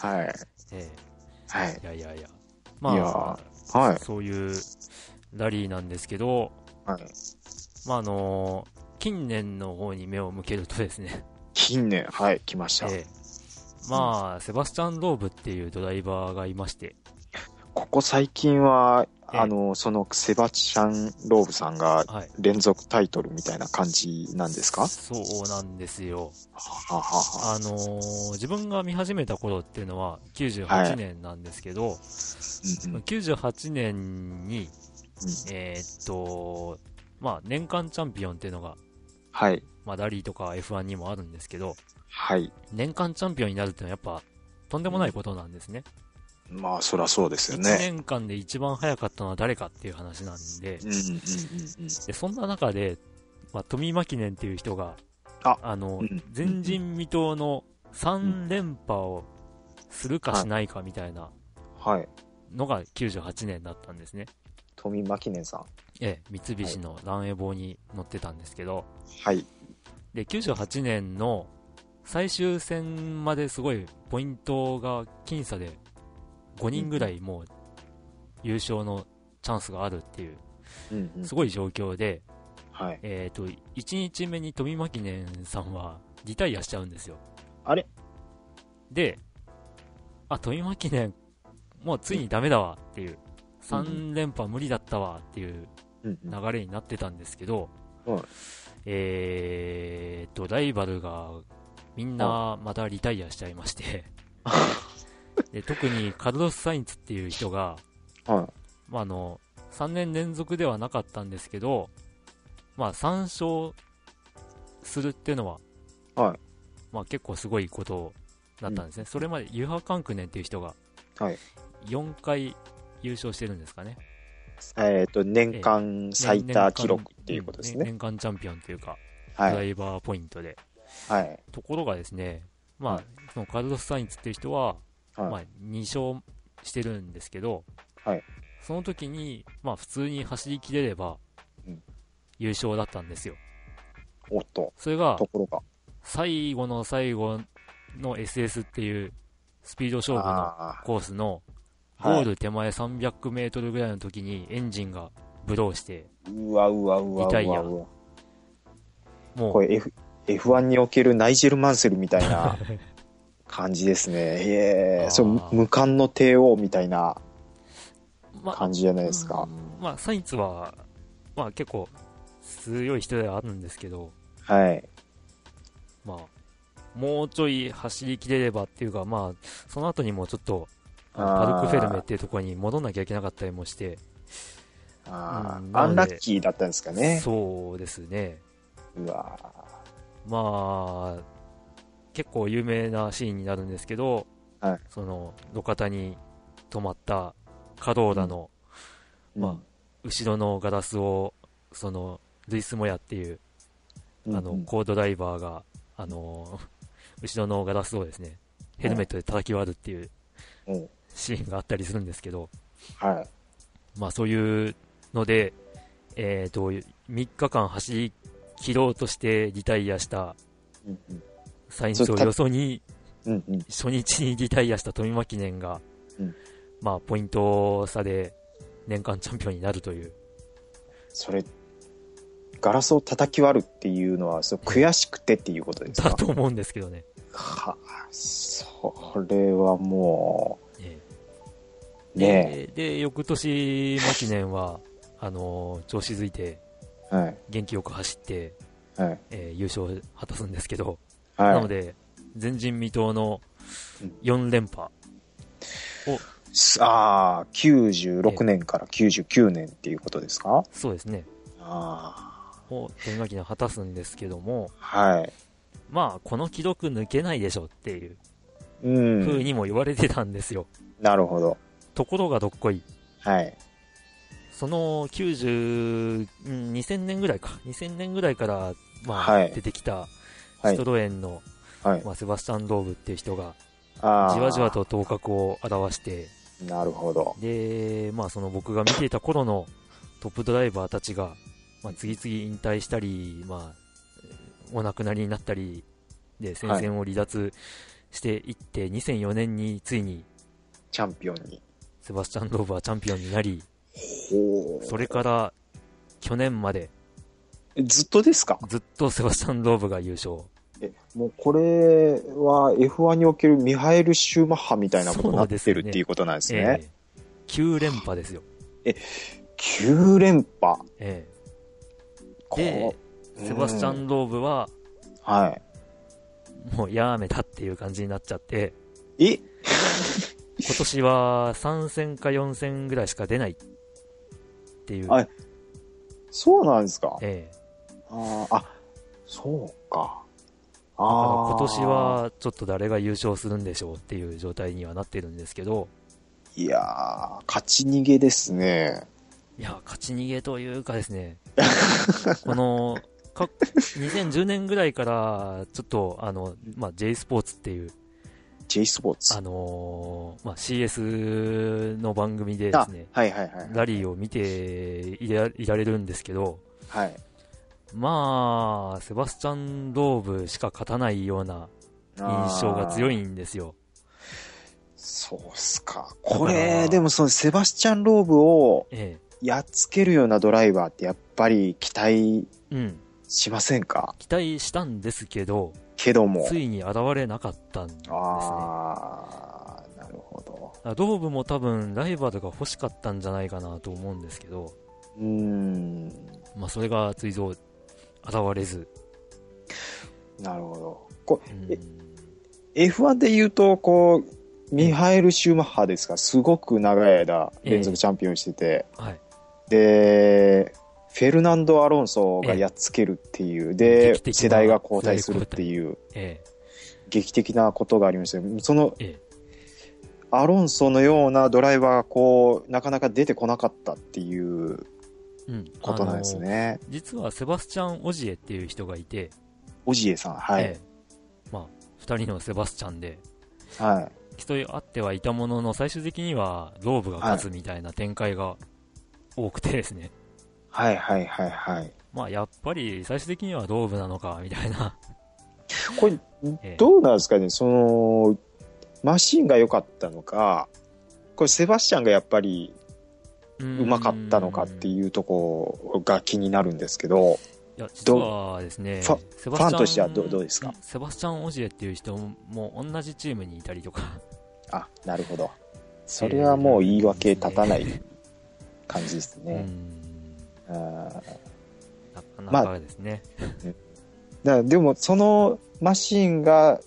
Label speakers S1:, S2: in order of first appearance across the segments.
S1: はい。
S2: え
S1: はい
S2: え。いやいやいや。ま
S1: いや
S2: あ、
S1: ーはい。
S2: そういうラリーなんですけど、
S1: はい。
S2: まああの近年の方に目を向けるとですね、
S1: 近年、はい、来ました。
S2: ええまあ、セバスチャン・ローブっていうドライバーがいまして、
S1: ここ最近は、
S2: ええ
S1: あの、そのセバチャン・ローブさんが
S2: はい。
S1: 連続タイトルみたいな感じなんですかは
S2: そうなんですよ。
S1: あはあはあ
S2: あのー自分が見始めた頃っていうのは98年なんですけど、
S1: うんうん
S2: 98年に、えーっと、まあ、年間チャンピオンっていうのが、
S1: はい。
S2: まあ、ラリーとか F1 にもあるんですけど、
S1: はい。
S2: 年間チャンピオンになるってのはやっぱ、とんでもないことなんですね。
S1: まあ、そりゃそうですよ
S2: 1
S1: ね。
S2: 年間で一番早かったのは誰かっていう話なんで、
S1: うんうんうんうん。
S2: でそんな中で、まあ、トミー・マキネンっていう人が、
S1: あ
S2: の、
S1: うん
S2: 前人未到の3連覇をするかしないかみたいな
S1: はい。
S2: のが98年だったんですね。
S1: トミー・マキネンさん。
S2: ええ、三菱のランエボーに乗ってたんですけど、
S1: はい。
S2: で、98年の最終戦まですごいポイントが僅差で5人ぐらいもう優勝のチャンスがあるっていう、
S1: うんうん
S2: すごい状況で、
S1: はい。
S2: えっ、と、1日目に富巻年さんはリタイアしちゃうんですよ。
S1: あれ
S2: で、あ、富巻年、もうついにダメだわっていう、3連覇無理だったわっていう
S1: うんうん
S2: 流れになってたんですけど、
S1: はい
S2: えーっと、ライバルがみんなまたリタイアしちゃい まして、で特にカルロス・サインツっていう人が、
S1: はい。
S2: まあ、あの、3年連続ではなかったんですけど、まあ、3勝するっていうのは、
S1: はい
S2: まあ、結構すごいことだったんですね。それまでユハ・カンクネンっていう人が、
S1: はい
S2: 4回優勝してるんですかね。
S1: えっ、と、年間最多記録っていうことですね。
S2: 年間チャンピオンというか、ド
S1: は
S2: ラ
S1: い。
S2: イバーポイントで。
S1: はい。
S2: ところがですね、ま
S1: は
S2: あ、そのカルロス・サインツっていう人は、ま
S1: は
S2: あ
S1: い。、
S2: 2勝してるんですけど、
S1: はい
S2: その時に、まあ、普通に走り切れれば
S1: うん、
S2: 優勝だったんですよ。
S1: おっと、
S2: それが
S1: と、ころが。
S2: 最後の最後の SS っていう、スピード勝負の
S1: あ
S2: コースの、
S1: あ
S2: ゴ
S1: は
S2: ー
S1: い
S2: ル手前300メートルぐらいの時にエンジンがブローして、
S1: うわうわうわう
S2: リタイ
S1: わ
S2: ア
S1: うわ。
S2: もう
S1: こ、れ F F1 におけるナイジェル・マンセルみたいな感じですね。へ
S2: あ
S1: え、
S2: ー
S1: そう、無冠の帝王みたいな
S2: ま
S1: 感じじゃないですか。
S2: うんまあ、サインツは、まあ、結構強い人ではあるんですけど、
S1: はい。
S2: まあ、もうちょい走りきれればっていうか、まあ、その後にもちょっと、あ
S1: あー
S2: のパルクフェルメっていうところに戻んなきゃいけなかったりもして、
S1: あ
S2: うん
S1: ーアンラッキーだったんですかね。
S2: そうですね。
S1: うわ
S2: まあ、結構有名なシーンになるんですけど、
S1: はい
S2: その、路肩に止まったカローラのまあ後ろのガラスを、その、ルイス・モヤっていう、
S1: うん
S2: あ
S1: う
S2: の、
S1: ん
S2: コードライバーが、あの ー後ろのガラスをですね、ヘルメットで叩き割るっていう
S1: うん
S2: シーンがあったりするんですけど、
S1: はい。
S2: まあそういうので、えっ、と、3日間走り切ろうとしてリタイアした
S1: うんうん
S2: サインスをよそに、
S1: うんうん
S2: 初日にリタイアした富巻年が、
S1: うん
S2: まあポイント差で年間チャンピオンになるという、
S1: それ、ガラスを叩き割るっていうのは、そう悔しくてっていうことです
S2: だ
S1: か
S2: と思うんですけどね。
S1: はあそれはも
S2: ええ
S1: う、ね
S2: でで、翌年、牧年は、あのー調子づいて、
S1: え。はい。
S2: 元気よく走って、
S1: はい。
S2: えー優勝を果たすんですけど、
S1: はい。
S2: なので、前人未到の4連覇。
S1: ああ、96年から99年っていうことですか
S2: そうですね。
S1: あ
S2: を、富巻年果たすんですけども
S1: あ、、はい。
S2: まあ、この記録抜けないでしょっていう
S1: う
S2: 風
S1: ん。
S2: にも言われてたんですよ。
S1: なるほど。
S2: ところがどっこい。
S1: はい。
S2: その90、うん2000年ぐらいか。2000年ぐらいから、まあ、
S1: はい
S2: 出てきた、
S1: は
S2: シ
S1: い
S2: ト。ロエンの、
S1: はい。
S2: まあ、セバスチャン・ローブっていう人が、
S1: ああ。
S2: じわじわと頭角を表して、
S1: なるほど。
S2: で、まあその僕が見ていた頃のトップドライバーたちが、まあ次々引退したり、まあ、えーお亡くなりになったり、で、戦線を離脱していって、2004年についに
S1: チャンピオンに。
S2: セバスチャン・ローブはチャンピオンになり、
S1: ほ
S2: それから去年まで
S1: う。ずっとですか
S2: ずっとセバスチャン・ローブが優勝。
S1: え、もうこれは F1 におけるミハエル・シューマッハみたいなことになっ
S2: そ
S1: て
S2: うで
S1: る
S2: すね
S1: っていうことなんですね。
S2: ええ9連覇ですよ。
S1: 9連覇。
S2: え
S1: こう
S2: え、セバスチャ
S1: うん
S2: ン・ローブは
S1: は
S2: もうやめたっていう感じになっちゃって、
S1: い。え
S2: 今年は3戦か4戦ぐらいしか出ないっていう。
S1: あそうなんですか
S2: ええ
S1: あーあ、そうか。
S2: だから
S1: ああ。
S2: 今年。はちょっと誰が優勝するんでしょうっていう状態にはなってるんですけど、
S1: いやー、勝ち逃げですね。
S2: いや、勝ち逃げというかで すね、この、か2010年ぐらいから、ちょっと、あの、まあ、J スポーツっていう、
S1: J スポーツ。
S2: あのーまあ、CS の番組でですね、
S1: はいはいはい。
S2: ラリーを見ていらいられるんですけど、
S1: はい。
S2: まあ、セバスチャン・ローブしか勝たないような印象が強い
S1: あー。
S2: んですよ。
S1: そうっすか。これ、でもそのセバスチャン・ローブを
S2: え
S1: やっつけるようなドライバーってやっぱり期待
S2: え。うん。
S1: しませんか
S2: 期待したんですけど、
S1: けども。
S2: ついに現れなかったんですね。
S1: ああ、なるほど。
S2: あローブも多分ライバルが欲しかったんじゃないかなと思うんですけど、
S1: うーん、
S2: まあ、それが追蔵現れず、
S1: なるほど。こ
S2: うん
S1: え F1 で言うと、こう、ミハエル・シューマッハですか、すごく長い間連続チャンピオンしてて、
S2: はい、
S1: で、フェルナンド・アロンソがやっつけるっていう、
S2: 劇
S1: で、
S2: 的な
S1: 世代が交代するっていう、
S2: え
S1: 劇的なことがありましたよその
S2: ええ、
S1: アロンソのようなドライバーがこう、なかなか出てこなかったっていう
S2: えうん、
S1: ことなんですね。
S2: あの実はセバスチャン・オジエっていう人がいて、
S1: オジエさん、はい。
S2: ええまあ、2人のセバスチャンで
S1: はい。
S2: 競い合ってはいたものの、最終的にはローブが勝つみたいな展開が多くてですね、
S1: はいはいはいはい。
S2: まあ、やっぱり最終的にはローブなのかみたいな、
S1: これ、
S2: ええ
S1: どうなんですかね、その、マシンが良かったのか、これセバスチャンがやっぱり
S2: う
S1: うまかったのかって
S2: う
S1: いうとこが気になるんですけど、
S2: いや、実はですね、
S1: ファフ
S2: セバスチャン
S1: ァンとしてはどどうですか
S2: セバスチャン・オジエっていう人も同じチームにいたりとか、
S1: あ、なるほど。それはもう言い訳立たない感じです
S2: う
S1: ね。
S2: ん、
S1: あー
S2: なかなかですね。
S1: だからでも、そのマシンが、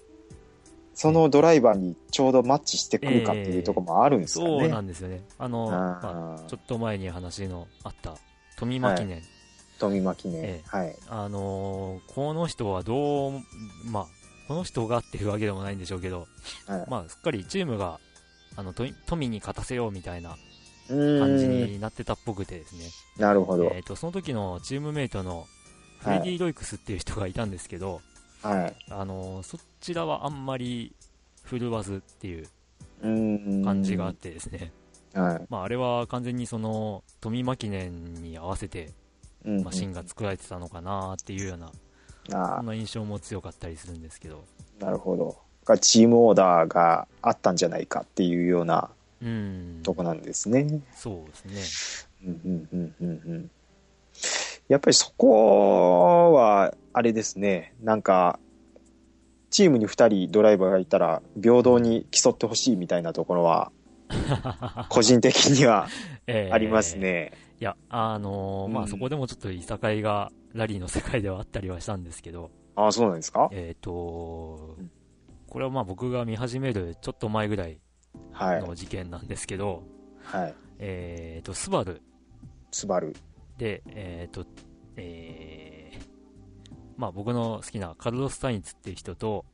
S1: そのドライバーにちょうどマッチしてくるかっていうところもあるんですかね。
S2: そうなんですよね。あの、ま
S1: あ
S2: あ
S1: ー
S2: ちょっと前に話のあった、富間記念。
S1: 富間記念、
S2: ええ
S1: はい。
S2: あのーこの人はどう、まあ、この人がっていうわけでもないんでしょうけど、
S1: はい
S2: まあ、すっかりチームが、あの、富富に勝たせようみたいな
S1: うーん
S2: 感じになってたっぽくてですね。
S1: なるほど。
S2: えっ、と、その時のチームメイトの、フレディ・ロイクスっていう人がいたんですけど、
S1: はい。
S2: あのそちらはあんまり振るわずっていう
S1: うーん
S2: 感じがあってですね、
S1: はい。
S2: まあ、あれは完全にその富マ記念に合わせて
S1: うん
S2: マシンが作られてたのかなっていうような、
S1: あ
S2: そ
S1: あ
S2: んな印象も強かったりするんですけど、
S1: なるほど。がチームオーダーがあったんじゃないかっていうような
S2: うん、
S1: とこなんですね。
S2: そうですね、
S1: うんうんうんうんうんやっぱりそこは、あれですね、なんか、チームに2人ドライバーがいたら、平等に競ってほしいみたいなところ は、個人的には
S2: えー
S1: あります。ね。
S2: いや、あのーま
S1: う
S2: あ、
S1: ん
S2: そこでもちょっといさかいがラリーの世界ではあったりはしたんですけど、
S1: ああ、そうなんですか
S2: えっ、と
S1: うん
S2: これはまあ僕が見始めるちょっと前ぐらい
S1: はい。
S2: の事件なんですけど、
S1: はい。
S2: えー、と、スバル
S1: スバル。
S2: で、えっ、と、えー、まあ僕の好きなカルロス・サインツっていう人と、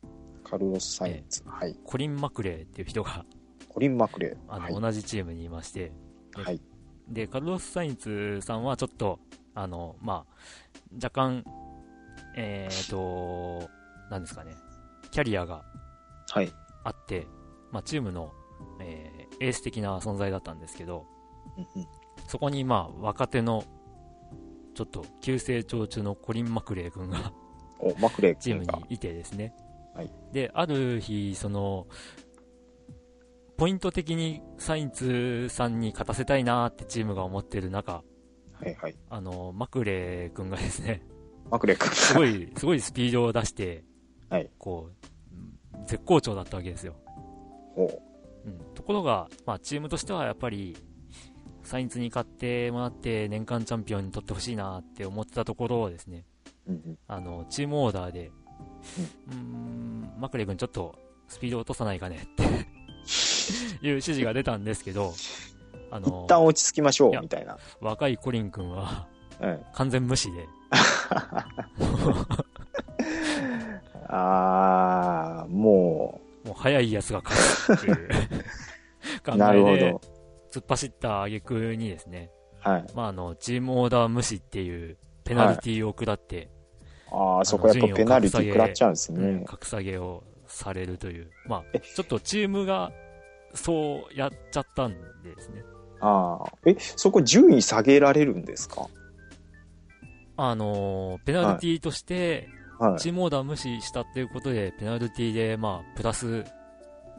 S1: カルロス・サインツ。はい。
S2: コリン・マクレーっていう人が、
S1: コリン・マクレー。
S2: あの、
S1: はい。
S2: 同じチームにいまして、
S1: はい。
S2: で、カルロス・サインツさんはちょっと、あの、まあ、若干、えっ、と、なんですかね、キャリアが
S1: はい。
S2: あって、まあチームの、えーエース的な存在だったんですけど、
S1: うんうん
S2: そこにまあ若手の、ちょっと急成長中のコリン・マクレー君が
S1: お、マクレー
S2: チー
S1: 君
S2: ム
S1: が。
S2: にいてですね、
S1: はい
S2: で、ある日、その、ポイント的にサインツさんに勝たせたいなーってチームが思ってる中、
S1: はいはい。
S2: あの、マクレー君がですね、
S1: マクレック。
S2: すごい、すごいスピードを出して、
S1: はい
S2: こううん、絶好調だったわけですよ。
S1: ほう。
S2: うん、ところが、まあ、チームとしてはやっぱり、サインツに勝ってもらって、年間チャンピオンに取ってほしいなって思ってたところをですね、
S1: うん
S2: あのチームオーダーで、うーん、マクレ君、ちょっとスピード落とさないかねっていう指示が出たんですけど、あ
S1: うん、一
S2: の
S1: 旦落ち着きましょ、
S2: いうや
S1: みたいな。
S2: 若いコリン君は
S1: うん。
S2: 完全無視で、
S1: あー、も
S2: もう速いやつが勝つって いう考
S1: う、なる
S2: え
S1: ほ
S2: で
S1: ど。
S2: 突っ走った挙句にですね、
S1: はい。
S2: まあ、あのチームオーダー無視っていうペナルティーを下って、
S1: あー、そこやっぱペナルティ食らっちゃうんです
S2: うん
S1: ね。
S2: 格下げをされるという、まあ、ちょっとチームがそうやっちゃったんでですね。
S1: あー。え、そこ順位下げられるんですか
S2: あのーペナルティとして、
S1: はい。
S2: チームオーダー無視したっていうことで、ペナルティで、まあ、プラス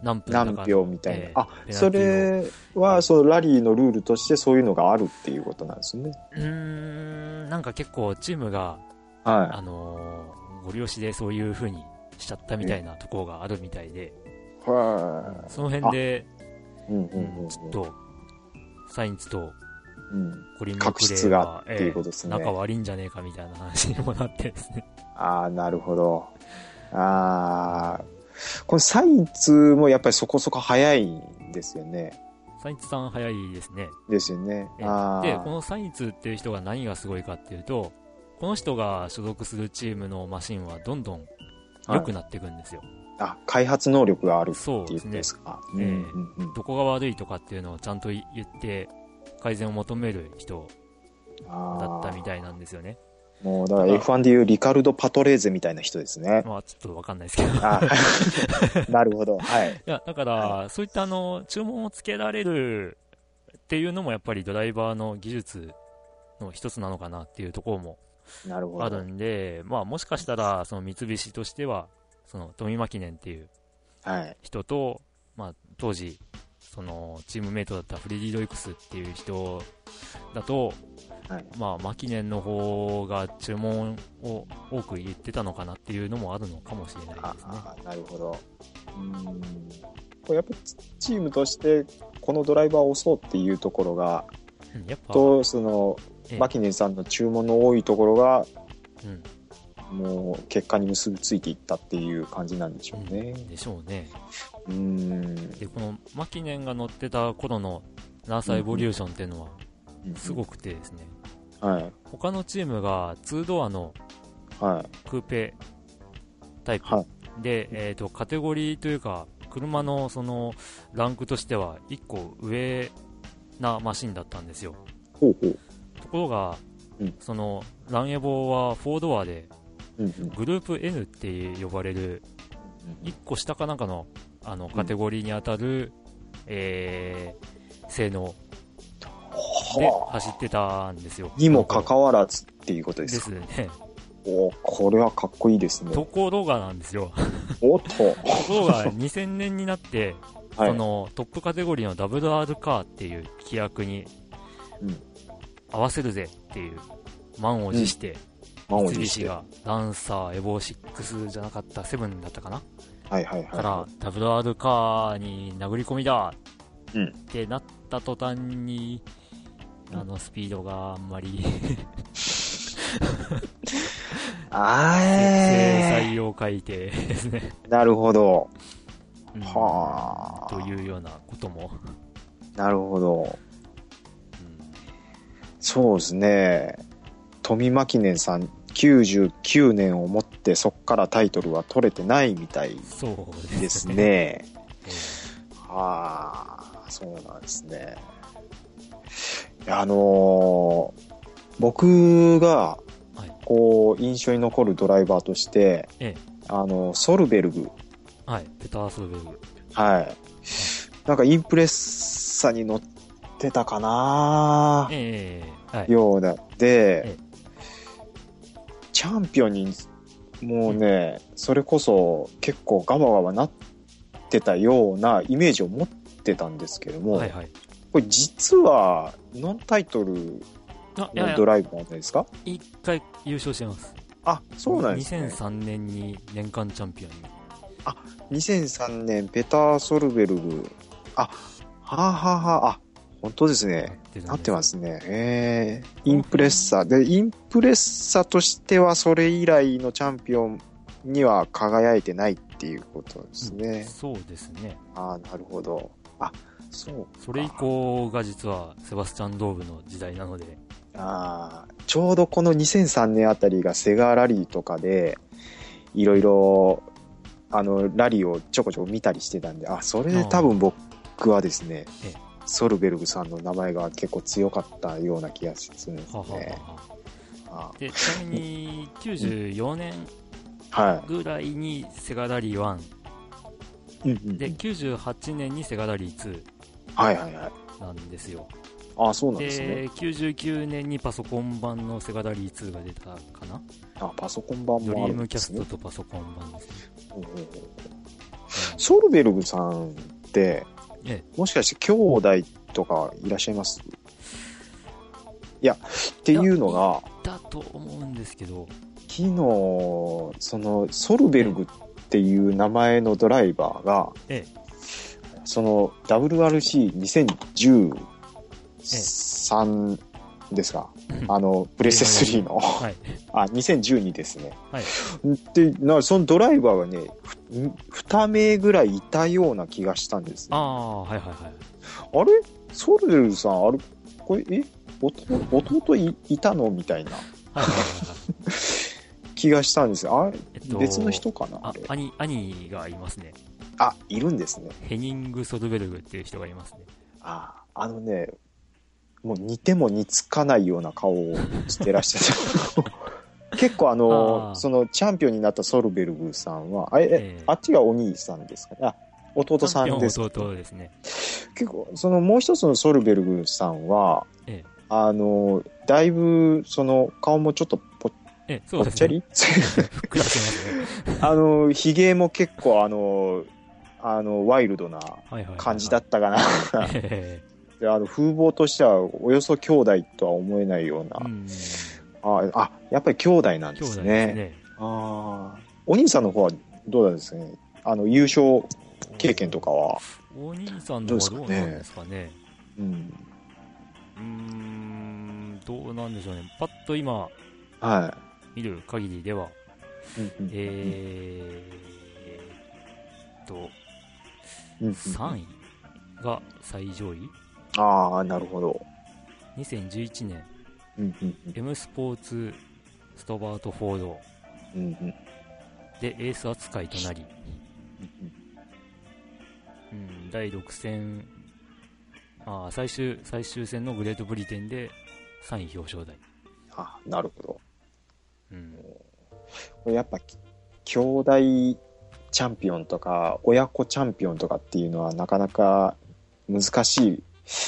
S2: 何分だか
S1: 何票みたいな。
S2: えー
S1: あ、
S2: ペナルティの
S1: それは、そのラリーのルールとしてそういうのがあるっていうことなんですね。
S2: うーん、なんか結構チームが、
S1: は
S2: あのーご利用しでそういう風にしちゃったみたいなところがあるみたいで、
S1: い。は
S2: その辺で、
S1: い。うんうん
S2: う
S1: うん
S2: ん、ちょっと、サインツと
S1: うん。
S2: コリン・マ
S1: 確
S2: クレ
S1: 執
S2: ー
S1: が
S2: が
S1: あ、っていうことですね。
S2: 仲悪いんじゃねえかみたいな話にもなってですね。
S1: ああ、なるほど。ああ、このサイツもやっぱりそこそこ早いんですよね。
S2: サインツさん早いですね。
S1: ですよね。
S2: え
S1: あ
S2: で、こ
S1: あ、
S2: のサインツっていう人が何がすごいかっていうと、この人が所属するチームのマシンはどんどん良くなっていくんですよ。
S1: あ、開発能力があるって
S2: そう
S1: いうこ
S2: です
S1: と
S2: ね
S1: で。すか。
S2: ええ
S1: うんうんうん
S2: どこが悪いとかっていうのをちゃんと言って、改善を求める人
S1: あ
S2: だったみ
S1: い。
S2: たいなんですよね。
S1: もう、だから
S2: ただ
S1: F1 でいうリカルド・パトレーゼみたいな人ですね。
S2: まあちょっとわかんないですけど。い
S1: あ ーなるほど。はい。
S2: や、だから、そういったあの、注文をつけられるっていうのもやっぱりドライバーの技術の一つなのかなっていうところも
S1: なるほ
S2: あ
S1: ど。
S2: るんで、まあもしかしたら、その三菱としては、その富間記念っていう
S1: はい。
S2: 人と、まあ、当時そのチームメイトだったフレディ・ロイクスっていう人だと、
S1: はい
S2: まあ、マキネンの方が注文を多く言ってたのかなっていうのもあるのかもしれない
S1: あ
S2: ですね。
S1: あー、なるほど。うん。これやっぱチームとして、このドライバーを押そうっていうところが、
S2: うんやっぱ、
S1: と、その、
S2: ええ
S1: マキネンさんの注文の多いところが、
S2: うん
S1: もう結果に結びついていったっていう感じなんでしょうね。
S2: でしょうね。
S1: うーん。
S2: で、このマキネンが乗ってた頃のナーサエボリューションっていうのはすご
S1: く。
S2: くてですね、
S1: はい。
S2: 他のチームが2ドアの
S1: は
S2: クーペタイプ
S1: はい
S2: で、えー、とカテゴリーというか車のそのランクとしては1個上なマシンだったんですよ
S1: い。ほうほう。
S2: ところが、
S1: うん
S2: そのランエボは4ドアで
S1: うんうん。
S2: グループ N って呼ばれる1個下かなんかのあのカテゴリーに当たる、えー性能で
S1: はあ。
S2: 走ってたんですよ
S1: にもかか
S2: わ
S1: わらずっていうことで
S2: ですす
S1: か。
S2: ね
S1: おおこれはかっこいいです
S2: と
S1: ね。
S2: ころがなんで すよ
S1: おっと。
S2: ところが2000年になって
S1: はい
S2: そ。のトップカテゴリーの WR カーっていう規約に
S1: うん
S2: 合わせるぜっていう満を持して、
S1: 満を
S2: 三
S1: 持し
S2: 菱
S1: て。
S2: がランサーエボー6じゃなかった7だったかな、
S1: はいはいはい。
S2: から WR カーに殴り込みだ
S1: うん
S2: ってなった途端に、あのスピードがあんまり
S1: あ ー
S2: 制
S1: え
S2: 裁を書いてですね、
S1: ー。なるほど。
S2: うん
S1: はあ。
S2: というようなことも、
S1: なるほど。
S2: うん
S1: そうですね。富牧年さん、99年をもってそっからタイトルは取れてないみたい
S2: そうですね
S1: ですね。
S2: ええ
S1: はあ、そうなんですね。いやあのー僕が
S2: はい、
S1: こう、印象に残るドライバーとして、
S2: ええ
S1: あの、ソルベルグ、
S2: はい、ペター・ソルベルグ
S1: はい。なんかインプレッサに乗ってたかな
S2: ええはい、
S1: ようなで
S2: ええ、
S1: チャンピオンにもうね、それこそ結構ガバガバなってたようなイメージを持ってたんですけども、
S2: はいはい。
S1: これ実はノンタイトル
S2: あ、いやい
S1: の
S2: や
S1: ド、ライブなんですか
S2: 一回優勝してます。
S1: あ、そうなんですね。
S2: 2003年に年間チャンピオンに。
S1: 2003年、ペター・ソルベルグ。あ、はあ、はあはあ、あ、本当ですね。
S2: てたんです
S1: なってますね。えー、インプレッサー。で、インプレッサーとしては、それ以来のチャンピオンには輝いてないっていうことですね。
S2: そうですね。
S1: ああ、なるほど。あ、そう。
S2: それ以降が実はセバスチャン・ドーブの時代なので、
S1: ああ、ちょうどこの2003年あたりがセガラリーとかで、いろいろ、あの、ラリーをちょこちょこ見たりしてたんで、あ、それで多分僕はですね
S2: ええ、
S1: ソルベルグさんの名前が結構強かったような気がするんです
S2: ははは
S1: ね。
S2: は
S1: あ
S2: で、ちなみに94年
S1: は
S2: ぐらいにセガラリー1、
S1: い。うんうんうん
S2: で、98年にセガラリー
S1: はいはいはい。
S2: 2なんですよ。
S1: あ、そうなんですね。
S2: で、99年にパソコン版のセガラリー2が出たかな
S1: あ、パソコン版
S2: ドリ
S1: もあ
S2: ー
S1: るん
S2: ム
S1: で
S2: キャ
S1: す
S2: ス
S1: ね
S2: ト。とパソコン版です
S1: うんうんうん
S2: ね。
S1: ソルベルグさんって、
S2: え
S1: もしかして兄弟とかいらっしゃいますいや、っていうのが、
S2: えだと思うんですけど、
S1: 昨日、その、ソルベルグっていう名前のドライバーが、
S2: え
S1: その、WRC2013 ですか、あの、プレステ3の、
S2: はい。
S1: あ、2012ですね。
S2: はい
S1: で、なそのドライバーがね、2名ぐらいいたような気がしたんです、ね。
S2: あ
S1: あ
S2: あ、はいはいはい。
S1: れソルベルグさん、あれこれ、え弟弟いいたのみたいな
S2: はいはいはいはい。
S1: 気がしたんです。あれ
S2: えっと、
S1: 別の人かなあ
S2: あ
S1: れ
S2: 兄兄がいますね
S1: あ、いるんですね。
S2: ヘニング・ソルベルグっていう人がいますね
S1: ああのね、もう似ても似つかないような顔をしてらっしゃ る。結構あの
S2: あー
S1: そのチャンピオンになったソルベルグさんは、あえ、え
S2: ええ
S1: あっちがお兄さんですかね。あ、弟さんです
S2: チャンピオン弟ですね
S1: 結構、そのもう一つのソルベルグさんは、
S2: ええ
S1: あの、だいぶ、その、顔もちょっとぽ
S2: ええそ
S1: ぽ
S2: う
S1: っ
S2: で
S1: ちゃ
S2: すね
S1: り
S2: ふっくらしてますね
S1: あの、髭も結構、あの、あの、ワイルドな
S2: はいはいはい
S1: 感じだったかな。
S2: え
S1: であの、風貌としては、およそ兄弟とは思えないような
S2: えう。ん兄
S1: ああ、やっぱり兄弟なん
S2: 弟
S1: で
S2: です
S1: すね。
S2: ね
S1: ああ。お兄さんの方はどうなんですかねあの、優勝経験とかは。
S2: お兄さんの方はどうなんですかね
S1: うん。
S2: うーんどうなんでしょうねパッと今
S1: は。
S2: 見る限りではい
S1: うんうん
S2: えーっと
S1: うんうん
S2: 3位が最上位
S1: ああ、なるほど。
S2: 2011年
S1: うんうんうん
S2: M スポーツストバート・フォード
S1: うんうんうん
S2: でエース扱いとなり、
S1: うん
S2: うん、第6戦あー最終最終戦のグレートブリテンで3位表彰台、
S1: あなるほど。
S2: うん、
S1: これやっぱ、兄弟チャンピオンとか、親子チャンピオンとかっていうのはなかなか難しい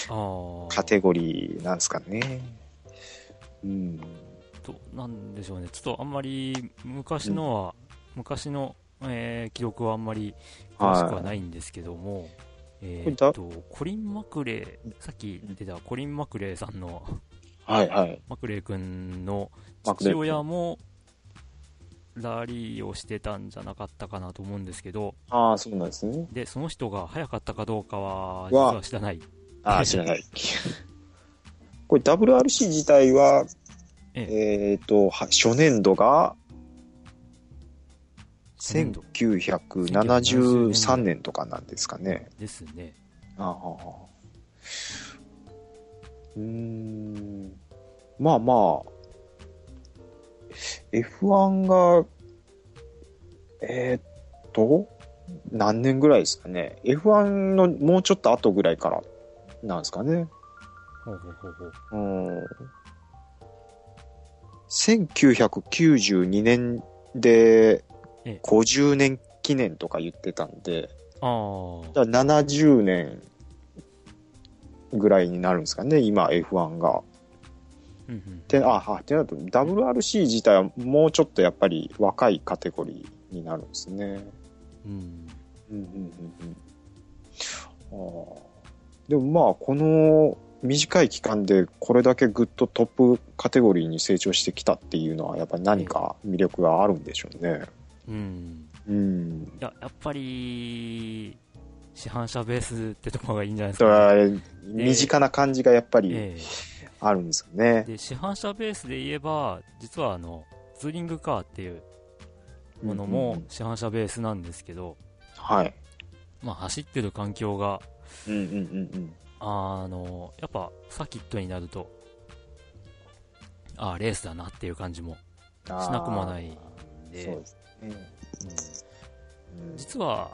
S2: あー
S1: カテゴリーなんですかね。うん。
S2: どなんでしょうねちょっとあんまり昔のは、昔の、えー記録はあんまり詳しくはないんですけども、えーっとコリン・マクレーさっき出たコリン・マクレーさんの
S1: はいはい。
S2: マクレー君の
S1: マクレー
S2: 父
S1: 君
S2: 親もラリーをしてたんじゃなかったかなと思うんですけど
S1: ああ、そうなんですね。
S2: でその人が早かったかどうかは実
S1: わ
S2: は知らない
S1: ああ、知らない。これ WRC 自体は、
S2: え
S1: えっ、と、は初年度が、
S2: 初年度
S1: 1973年とかなんですかね。
S2: ですね
S1: ああああああうーん。まあまあ、F1 が、えーっと、何年ぐらいですかね。F1 のもうちょっと後ぐらいからなんですかね。
S2: ほうほうほうほう
S1: うん。1992年で
S2: ええ
S1: 50年記念とか言ってたんで、
S2: ああ
S1: だから70年ぐらいになるんですかね、今 F1 が。
S2: うんうん
S1: てああてなると WRC 自体はもうちょっとやっぱり若いカテゴリーになるんですね。
S2: うん
S1: うんうんうんうん、ああでもまあこの短い期間でこれだけぐっとトップカテゴリーに成長してきたっていうのはやっぱり何か魅力があるんでしょうね。
S2: うん
S1: うん、
S2: いややっぱり市販車ベースってとこがいいんじゃないです
S1: だから
S2: か、
S1: あ
S2: ね
S1: れ身近な感じがやっぱり
S2: え
S1: あるんですよね
S2: え。で市販車ベースで言えば実はあのツーリングカーっていうもの
S1: うんうん
S2: も
S1: うん
S2: 市販車ベースなんですけど、
S1: はい。
S2: まあ、走ってる環境が
S1: うんうんうん
S2: あのやっぱサーキットになるとああレースだなっていう感じも
S1: うん。
S2: しなくもないん
S1: あー
S2: で
S1: そうですね。うん
S2: 実は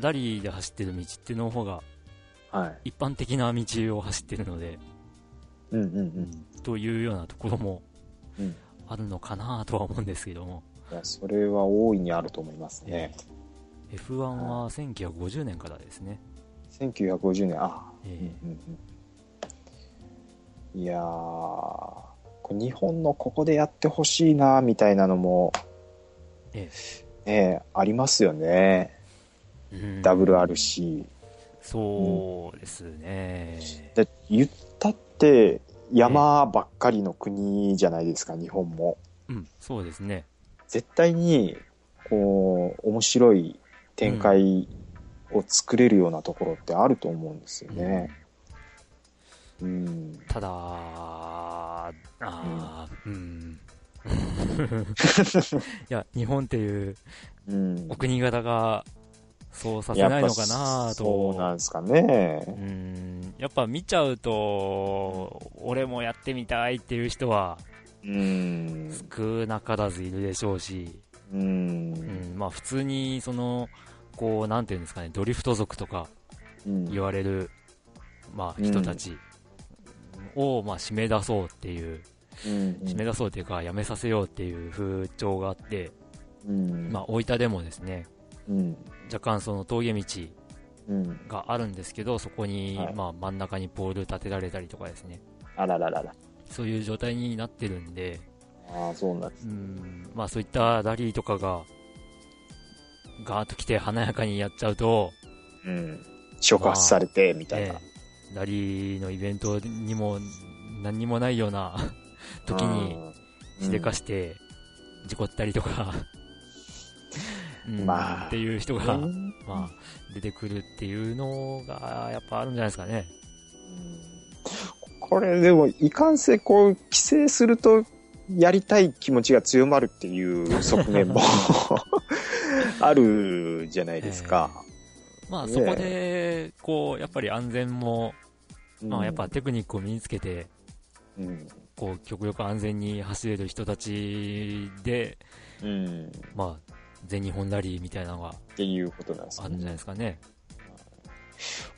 S2: ラリーで走ってる道っていうの方が
S1: はい。
S2: 一般的な道を走ってるので、
S1: うんうんうん。
S2: というようなところも
S1: うんい
S2: あるのかなとは思うんですけども
S1: やそれは大いにあると思いますね。
S2: F1 は1950年からですね、
S1: 1950年、あ
S2: ええ
S1: うんうんいやーこれ日本のここでやってほしいなみたいなのも、
S2: え
S1: ねえありますよね、
S2: うん
S1: WRC
S2: そうですね、
S1: で言ったって山ばっかりの国じゃないですか日本も
S2: うん、そうですね
S1: 絶対にこう面白い展開を作れるようなところってあると思うんですよねうん、
S2: ただあー うん、いや日本っていう
S1: うん
S2: お、国柄がそうさせないのか
S1: やっ
S2: な
S1: ぱ
S2: と
S1: そうなんですかね
S2: うんやっぱ見ちゃうと俺もやってみたいっていう人は
S1: うん
S2: 少なからずいるでしょうし、
S1: う
S2: うんんまあ、普通にそのこうなんていうんですかねドリフト族とか
S1: うん
S2: 言われる、まあ、
S1: うん
S2: 人たちを、まあ、締め出そうっていう
S1: うん
S2: 締め出そうっていうかやめさせようっていう風潮があって、
S1: うん
S2: まあ、大分でもですね
S1: うん
S2: 若干その峠道
S1: うん
S2: があるんですけどそこに、
S1: はい
S2: まあ、真ん中にポール立てられたりとかですね
S1: あらららら
S2: そういう状態になってるんで、
S1: ああそうなんです
S2: うんまあ、そういったラリーとかがガーッと来て華やかにやっちゃうと、
S1: うん触発されてみたいな
S2: ええラリーのイベントにも何にもないよ うな時にしでか
S1: し
S2: して事故ったりとか、うん
S1: まあ
S2: っていう人
S1: た
S2: が、まあ、出てくるっていうのがやっぱあるんじゃないですかね。
S1: これでもいかんせこう規制するとやりたい気持ちが強まるっていう側面もあるじゃないですか、
S2: まあ
S1: ねえ
S2: そこで、こう、やっぱり安全も、まあやっぱテクニックを身につけて、
S1: うん
S2: こう、極力安全に走れる人たちで、
S1: うんっ
S2: まあ、全日本ラリーみたいなのが
S1: ていうことなんです
S2: あ
S1: よ
S2: るんじゃな
S1: ね
S2: いですかね。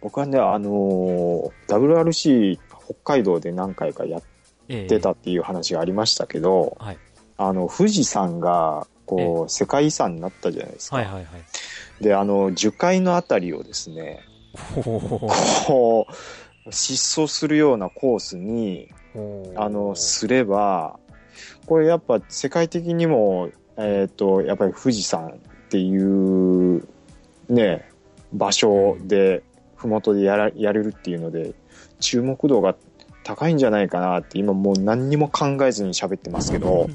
S1: 僕はねあのー WRC 北海道で何回かやっ
S2: ええ
S1: 出たっていう話がありましたけど、
S2: はい
S1: あの富士山がこう世界遺産になったじゃないですか、
S2: はいはいはい。
S1: であの樹海のあたりをですね
S2: おお
S1: こう疾走するようなコースにあのすればこれやっぱ世界的にも、えっとやっぱり富士山っていうね場所で麓でやらやれるっていうので注目度が高いんじゃないかなって今もう何にも考えずに喋ってますけ ど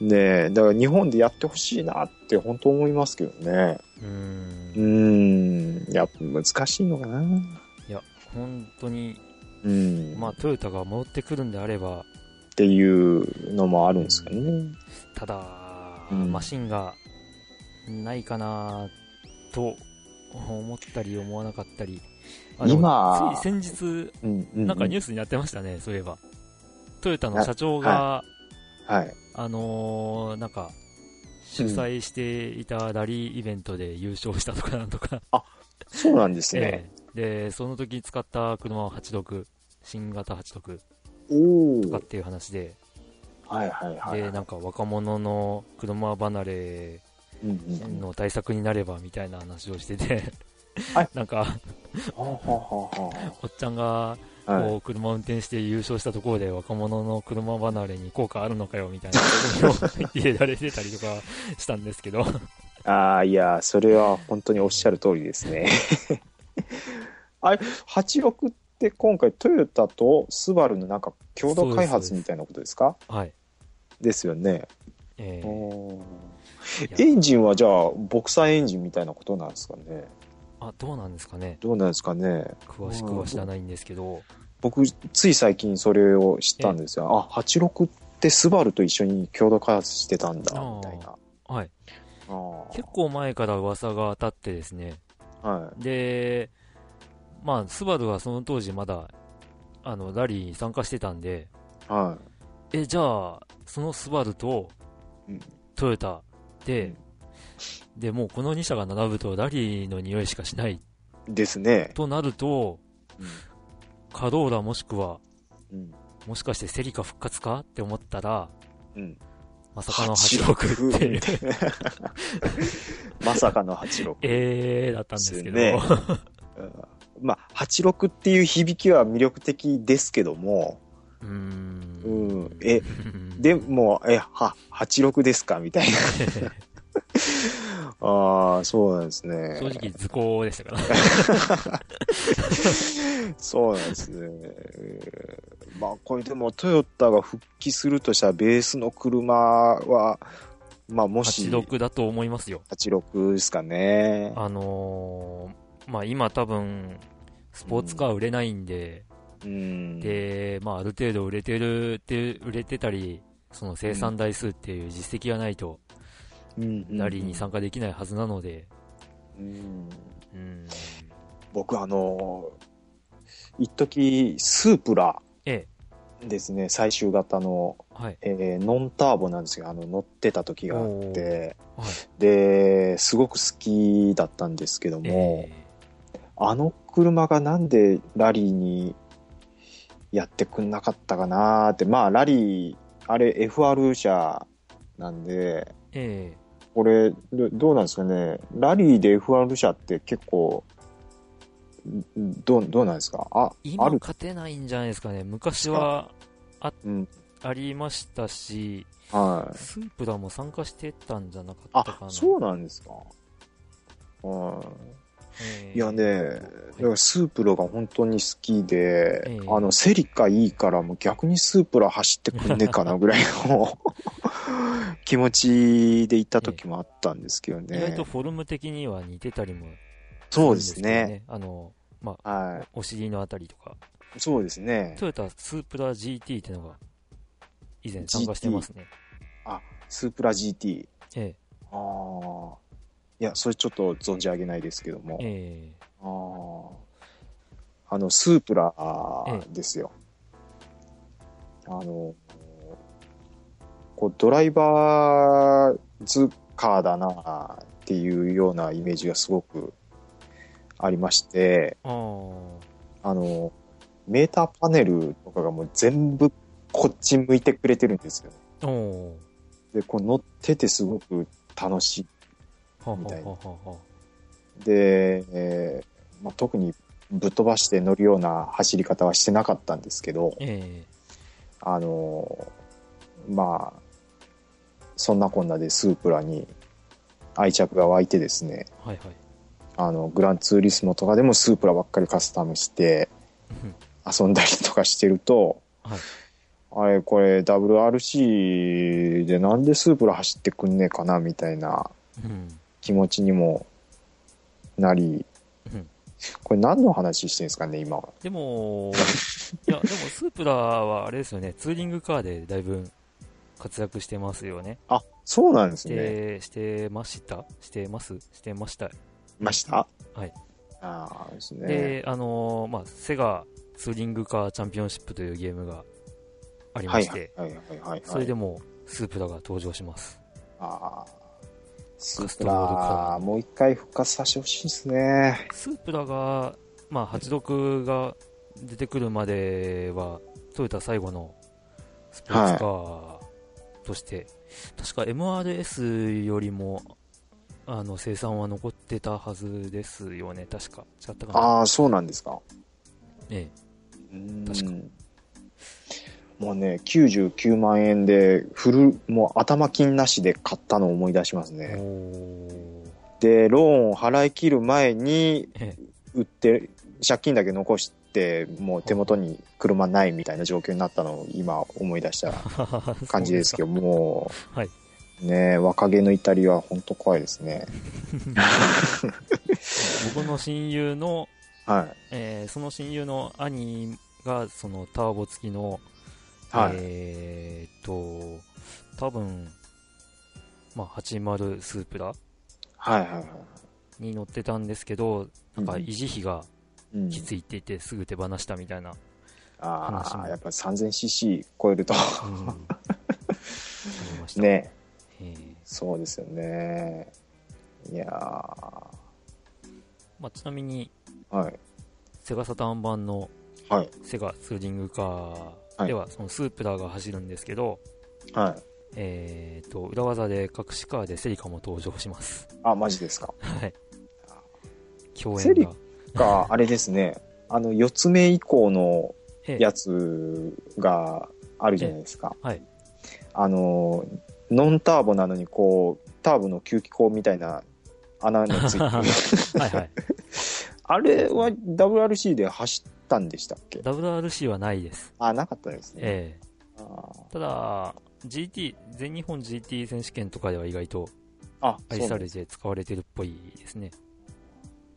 S1: ねえだから日本でやってほしいなって本当思いますけどね
S2: う。
S1: うんーんやっぱ難しいのかな
S2: や、本当に、
S1: うん、
S2: まあトヨタが戻ってくるんであれば、
S1: っていうのもあるんですかね
S2: ただ、
S1: うん
S2: マシンがないかなと思ったり思わなかったり。あでも
S1: 今
S2: つい先日、
S1: うんうん
S2: なんかニュ
S1: ュー
S2: ースになってましたね、そういえば。トヨタの社長が、
S1: スはい
S2: あのーなんか、主催していたラリーイベントで優勝したとかなんとか、
S1: そうなんですね、
S2: ええで、その時使った車は86、新型86
S1: お
S2: とかっ
S1: お
S2: ていう話で、
S1: はいはいはい
S2: で、なんか若者の車離れ
S1: うんうんうん
S2: の対策になればみたいな話をしてて
S1: はい、
S2: なんか、
S1: はあはあはあはあ
S2: おっちゃんが、
S1: はい
S2: こう車を運転して優勝したところで若者の車離れに効果あるのかよみたいなことを入れられてたりとかしたんです けど、
S1: ああ、いや、それは本当におっしゃる通りですね。 あれ、86って今回トヨタとスバルのなんか共同開発みたいなことですか
S2: はい。
S1: ですよね。
S2: えー
S1: おー
S2: いや
S1: エンジンはじゃあ、ボクサーエンジンみたいなことなんですかね。
S2: あ、どうなんですかね。
S1: どうなんですかね。
S2: 詳しくは知らないんですけど、
S1: 僕、つい最近それを知ったんですよ。あ、86ってスバルと一緒に共同開発してたんだ、
S2: あー
S1: みたいな。
S2: はい。
S1: あー
S2: 結構前から噂が立ってですね、
S1: はい。
S2: で、まあ、スバルはその当時まだ、あの、ラリーに参加してたんで、
S1: は
S2: え、じゃあ、そのスバルと
S1: うん、
S2: トヨタで、で、もうこの2社が並ぶとラリーの匂いしかしない
S1: い。ですね。
S2: となると、カローラもしくは、
S1: うん。
S2: もしかしてセリカ復活かって思ったら、
S1: うん。
S2: まさかの86っていう、
S1: まさかの86。
S2: えーだったんですけど、
S1: ですうんまあ、86っていう響きは魅力的ですけども、
S2: うー。
S1: うんん、え、
S2: うん
S1: でも、え、は、86ですかみたいな。ああ、そうなんですね。
S2: 正直図工でしたから。
S1: そうなんですね。うんまあ、これでもトヨタが復帰するとしたら、ベースの車は、まあ、もし、
S2: 86だと思いますよ。
S1: 86ですかね。
S2: あのーまあ今多分、スポーツカー売れないんで、
S1: うん。
S2: で、まあある程度売れてるって、売れてたり、その生産台数っていう実績がないと、
S1: うん、
S2: ラリーに参加できないはずなので、
S1: うん
S2: うん、
S1: 僕、あの、一時スープラ
S2: ええ、
S1: ですね、最終型の、
S2: はい、
S1: えーノンターボなんですよ。あの、乗ってた時があ
S2: お
S1: って、
S2: はい、
S1: で、すごく好きだったんですけども、
S2: え
S1: あの車がなんでラリーにやってくんなかったかなーって、まあ、ラリー、あれ FR 車なんで、
S2: ええ
S1: これ、どどうなんですかね、ラリーで FR 車って結構、んどう、どうなんですかあ、
S2: え
S1: あ
S2: 今
S1: る、
S2: 勝てないんじゃないですかね。昔は
S1: うん、
S2: ありましたし、
S1: はい。
S2: スープラも参加してたんじゃなかったか
S1: あ、
S2: な。
S1: そうなんですか。はい。
S2: ええ
S1: いやね、だか
S2: はい
S1: らスープラが本当に好きで、
S2: ええ
S1: あの、セリカいいからもう逆にスープラ走ってくんねえかなぐらいの気持ちで行った時もあったんですけどね。
S2: 意外とフォルム的には似てたりも
S1: そうです
S2: るん
S1: ね。
S2: けど。あの、まあ、
S1: は
S2: お尻のあたりとか。
S1: い。そうですね。
S2: トヨタスープラ GT ってのが以前参加してますね。
S1: スープラ GT。
S2: え
S1: ああ。いや、それちょっと存じ上げないですけども
S2: え、。え
S1: ああ。あの、スープラですよ。あの、こう、ドライバーズカーだなっていうようなイメージがすごくありまして、
S2: えあ
S1: あの、メーターパネルとかがもう全部こっち向いてくれてるんですよ。
S2: あ、お
S1: で、こう乗っててすごく楽しい
S2: ーはあ
S1: みたいな
S2: はあはあは
S1: で、えーまあ、特にぶっ飛ばして乗るような走り方はしてなかったんですけど
S2: あ、え
S1: あのーまあ、そんなこんなでスープラに愛着が湧いてですね、
S2: えはいはい。
S1: あの、グランツーリスモとかでもスープラばっかりカスタムして
S2: うん
S1: 遊んだりとかしてると、
S2: はい
S1: あれ、これ WRC でなんでスープラ走ってくんねえかなみたいな
S2: うん。
S1: 気持ちにもなり、
S2: うん
S1: これ何の話してるんですかね、今は。
S2: でも、いや、でもスープラはあれですよね、ツーリングカーでだいぶ活躍してますよね。
S1: あ、そうなんです
S2: し
S1: ね。
S2: て、してましたしてますしてました。
S1: ました
S2: はい。
S1: ああ、ですね。
S2: で、あのーまあ、セガツーリングカーチャンピオンシップというゲームがありまして、
S1: はいはいはいはいはい。
S2: それでもスープラが登場します。
S1: ああ。ス
S2: カ
S1: ー
S2: ス
S1: プ
S2: タムロードカ
S1: ラ
S2: ラー
S1: もう一回復活させてほしいですね。
S2: スープラが、まあ、86が出てくるまでは、トヨタ最後のスポーツカーとして、確か MRS よりも、あの、生産は残ってたはずですよね、確か。違ったかな
S1: ああ、そうなんですか。
S2: ええ。
S1: う
S2: 確か
S1: もうね99万円でフルもう頭金なしで買ったのを思い出します
S2: お
S1: ね
S2: ー
S1: でローンを払い切る前に
S2: ええ
S1: 売って借金だけ残してもう手元に車ないみたいな状況になったのを今思い出した感じですけどもう、
S2: はい
S1: ねえ若気の至りは本当怖いですね
S2: 僕の親友の、
S1: はい
S2: えーその親友の兄がそのターボ付きの、
S1: はい
S2: えーっと多分まあ80スープラ
S1: はいはいはい
S2: に乗ってたんですけどなんか
S1: うん
S2: 維持費が
S1: うん
S2: きついって言ってすぐ手放したみた いな、
S1: あ
S2: 話も
S1: あやっぱ 3000cc 超えると
S2: うん、思いました
S1: ね
S2: えー
S1: そうですよねいやー
S2: まあ、ちなみに
S1: はい
S2: セガサターン版の
S1: はい
S2: セガツーリングカーではそのスープラが走るんですけど、
S1: はい
S2: えー、と裏技で隠しカーでセリカも登場します、
S1: あマジですか
S2: はい、共
S1: セ
S2: 演
S1: リ
S2: が
S1: かあれですねあの4つ目以降の
S2: ええ
S1: やつがあるじゃないですか、
S2: ええはい
S1: あのノンターボなのにこうターボの吸気口みたいな穴のついて る
S2: はいはい、
S1: あれは WRC で走ったんでしたっけ
S2: WRC はないです、
S1: あなかったですね、
S2: え
S1: あー
S2: えただ GT 全日本 GT 選手権とかでは意外と
S1: あ
S2: 愛
S1: そうな
S2: さ
S1: んで
S2: れ
S1: す
S2: て使われてるっぽいですね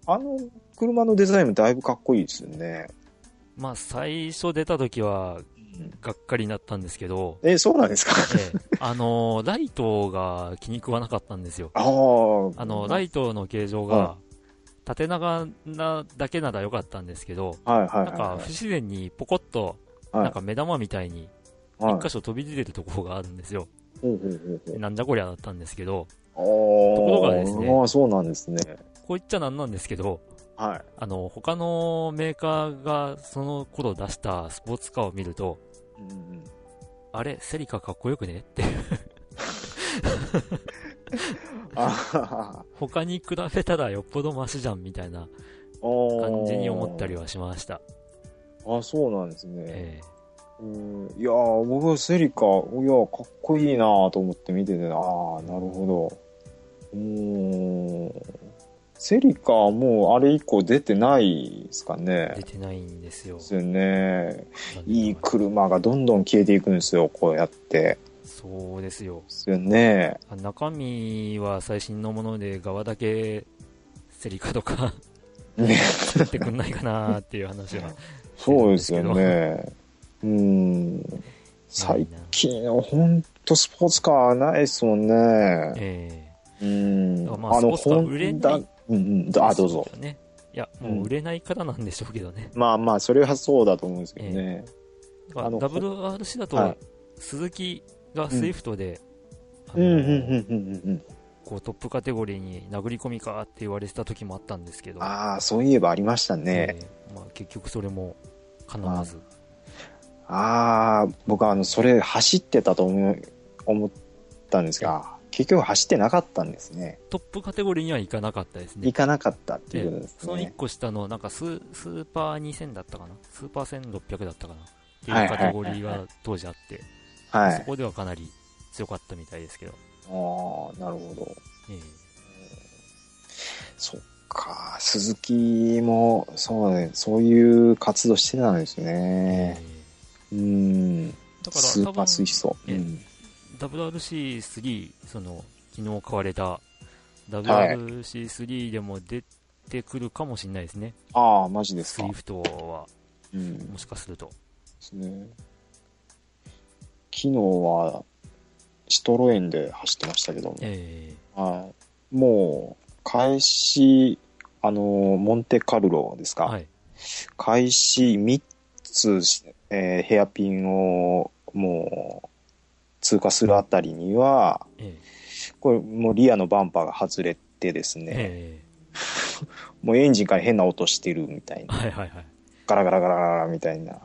S1: あの車のデザインもだいぶかっこいいですよね、
S2: まあ最初出た時はがっかりになったんですけど、
S1: えそうなん ですか
S2: え えあのーライトが気に食わなかったんですよ
S1: ああ
S2: あの、ライトの形状が、縦長なだけなら良かったんですけど、
S1: はいはい
S2: な
S1: は
S2: ん
S1: いは
S2: か不自然にポコッと、
S1: い
S2: なんか目玉みたいに、
S1: はい
S2: 一箇所飛び出てるところがあるんですよ。
S1: ほうほうほうほう
S2: なんじゃこりゃだったんですけど、
S1: あー
S2: ところがですね
S1: あーそうなんですね
S2: こう言っちゃなんなんですけど、
S1: はい
S2: あの、他のメーカーがその頃出したスポーツカーを見ると、
S1: うんうん
S2: あれ、セリカかっこよくねって いう、
S1: あはは
S2: 他に比べたらよっぽどマシじゃんみたいな感
S1: 感
S2: じに思ったりはしました。
S1: あそうなんですね、
S2: え
S1: うんいやー僕はセリカいやーかっこいいなーと思って見ててああなるほどうーんセリカはもうあれ以降出てないですか
S2: え出
S1: ね
S2: てないんですよ
S1: で。すよね
S2: 残念
S1: いい
S2: ながら
S1: 車がどんどん消えていくんですよこうやって
S2: そうですよ。
S1: ですよね
S2: あ中身は最新のもので側だけセリカとか
S1: ね
S2: 作ってくんないかなっていう話は
S1: そうですよねうん 最近のほんとスポーツカーないですもんね
S2: え
S1: うん
S2: だからまあスポーツカー売れない
S1: ホンダうんうん
S2: え
S1: あどうぞ。
S2: ねいや、もう売れないからなんでしょうけどね。
S1: まあまあそれはそうだと思うんですけどね、
S2: だから
S1: あの
S2: WRC だ
S1: は
S2: と
S1: い、
S2: 鈴木がスイフトで、あ
S1: う
S2: の
S1: んうんうんうんうんうん
S2: こうトップカテゴリーに殴り込みかって言われてた時もあったんですけど、
S1: ああそういえばありましたね、
S2: ええまあ、結局それも叶わず、
S1: ああ僕はあのそれ走ってたと思う思ったんですが結局走ってなかったんですね
S2: トップカテゴリーにはいかなかったですね
S1: 行。かなかったっていうこと
S2: で
S1: で、す
S2: その1
S1: ね、
S2: 個下の、なんかスースーパー2000だったかな、スーパー1600だったかな、って
S1: はいいうはいはい
S2: カ
S1: はい
S2: テゴリーが当時あって、
S1: は
S2: そ
S1: い
S2: こではかなり強かったみたいですけど、
S1: ああーなるほど
S2: ええ
S1: そっか鈴木もそうねそういう活動してたんですね
S2: え
S1: うん
S2: えだか
S1: ス
S2: ら多
S1: ーパー水
S2: 分、
S1: 素、う
S2: ええ
S1: ん、
S2: WRC3、その昨日買われた WRC3 でも出てくるかもしれないですね、
S1: ああマジです
S2: ス
S1: か
S2: イ、フトは
S1: うん
S2: もしかすると。
S1: ですね。昨日はシトロ園で走ってましたけども、
S2: ええ
S1: はいもう開始、あの、モンテカルロですか、
S2: はい、
S1: 開始3つ、えーヘアピンをもう通過するあたりには、
S2: ええ
S1: これもうリアのバンパーが外れてですね、
S2: え
S1: もうエンジンから変な音してるみたい
S2: え
S1: な、
S2: はいはいはい。
S1: ガラガラガラガラみたいな、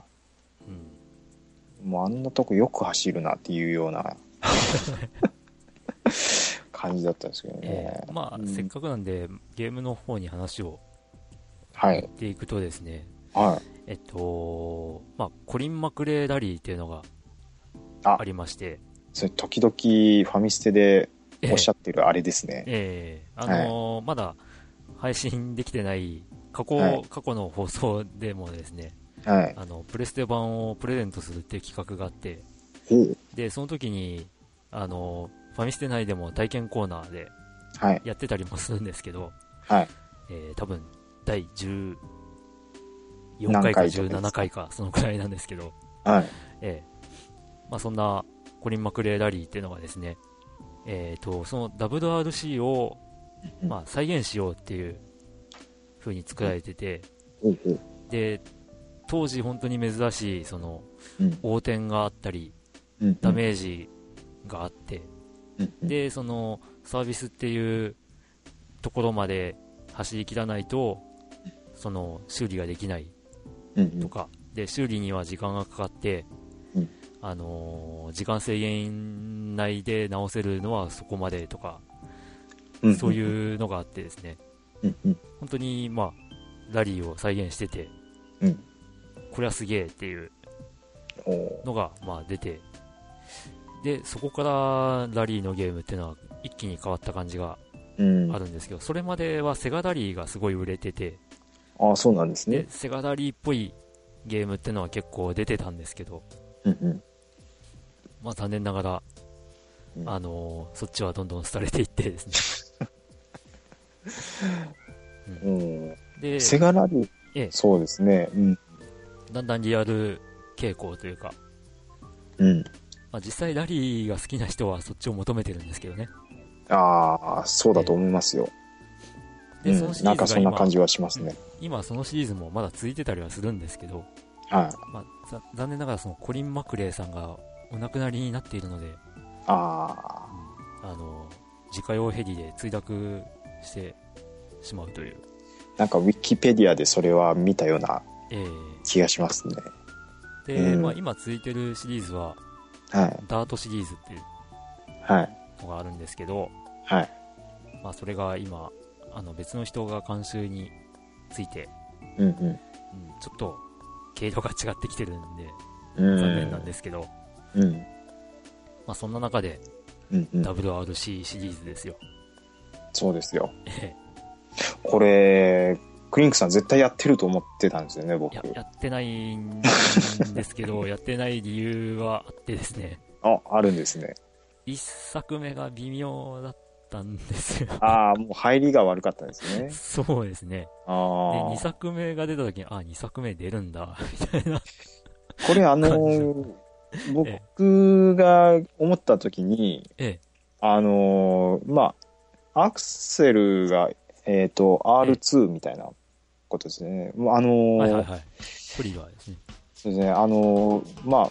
S2: うん
S1: もうあんなとこよく走るなっていうような感じだったんですけどね
S2: え。えまあ、
S1: うん
S2: せっかくなんで、ゲームの方に話を
S1: はい。
S2: っていくとですね、
S1: は
S2: えっと、まあ、コリン・マクレーラリーっていうのが
S1: あ
S2: ありまして、
S1: それ、時々、ファミステで
S2: え
S1: おっしゃってるあれですね。
S2: ええあのーまだ配信できてない過去、
S1: はい
S2: 過去の放送でもですね、
S1: はい。
S2: あの、プレステ版をプレゼントするっていう企画があって、
S1: ほう。
S2: で、その時に、あのーファミステ内でも体験コーナーで
S1: はい。
S2: やってたりもするんですけど、
S1: はい。
S2: えー多分、第14回か
S1: 何回とかです
S2: 17回か、そのくらいなんですけど、
S1: はい。
S2: ええまあ、そんなコリン・マクレーラリーっていうのがですね、えー、とその WRC を、
S1: うん
S2: まあ、再現しようっていう風に作られてて、
S1: ほうほう。
S2: で当時本当に珍しいその
S1: うん。
S2: 横転があったり
S1: うん
S2: ダ。メージがあって、
S1: うんうん
S2: でそのサービスっていうところまで走りきらないとその修理ができない
S1: うんう
S2: と
S1: ん。
S2: か、で修理には時間がかかって、
S1: うん
S2: あのー時間制限内で直せるのはそこまでとか、
S1: うん
S2: そう
S1: う。
S2: いうのがあってですね、
S1: うんうん。
S2: 本当に、まあ、ラリーを再現してて、
S1: うん
S2: これはすげえっていう
S1: おー
S2: のが、まあ、出て、で、そこからラリーのゲームっていうのは一気に変わった感じが
S1: うん。
S2: あるんですけど、それまではセガラリーがすごい売れてて、
S1: ああ、そうなんです
S2: で
S1: ね。、
S2: セガラリーっぽいゲームっていうのは結構出てたんですけど、
S1: うんうん。
S2: まあ残念ながら、
S1: うん
S2: あのーそっちはどんどん廃れていってですね。
S1: うん
S2: で、
S1: セガラリー、
S2: ええ
S1: そうですね。うん。
S2: だんだんリアル傾向というか、
S1: うん。
S2: まあ、実際ラリーが好きな人はそっちを求めてるんですけどね。
S1: ああ、そうだと思いますよ。
S2: で、
S1: う
S2: そのシ
S1: ん、
S2: リ
S1: な
S2: ー
S1: んか
S2: ズ
S1: そ
S2: が
S1: んな
S2: 今
S1: 感、じはしますね。
S2: 今そのシリーズもまだ続いてたりはするんですけど、
S1: はい。
S2: まあ、ざ残念ながらそのコリン・マクレーさんがお亡くなりになっているので、
S1: ああ、
S2: あのー自家用ヘリで墜落してしまうという。
S1: なんかウィキペディアでそれは見たような
S2: えー
S1: 気がしますね。
S2: で、
S1: うん
S2: まあ今続いてるシリーズは、
S1: はい。
S2: ダートシリーズっていう
S1: はい。
S2: のがあるんですけど、
S1: はい。
S2: まあ、それが今あの別の人が監修について、
S1: うんうん。
S2: うんちょっと毛色が違ってきてるんで
S1: うん
S2: 残念なんですけど、
S1: うん。
S2: まあ、そんな中で
S1: うんうん、
S2: WRC シリーズですよ、
S1: そうですよ。
S2: え
S1: これ、クリンクさん絶対やってると思ってたんですよね、
S2: え
S1: 僕。
S2: ややってないんです けどやってない理由はあってですね
S1: あ、あるんですね。
S2: 1作目が微妙だったんですよ
S1: ああ、もう入りが悪かったんですね。
S2: そうですね
S1: あ
S2: で
S1: あ
S2: 2。作目が出た時にあ2作目出るんだ みたいな
S1: これあの
S2: 感じ
S1: ー、僕が思った時に、
S2: ええ
S1: あのーまあ、アクセルが、えっ、と、R2 みたいなことですね。もうあのー
S2: はいはいはいプリはですね
S1: そうですね、あのーまあ、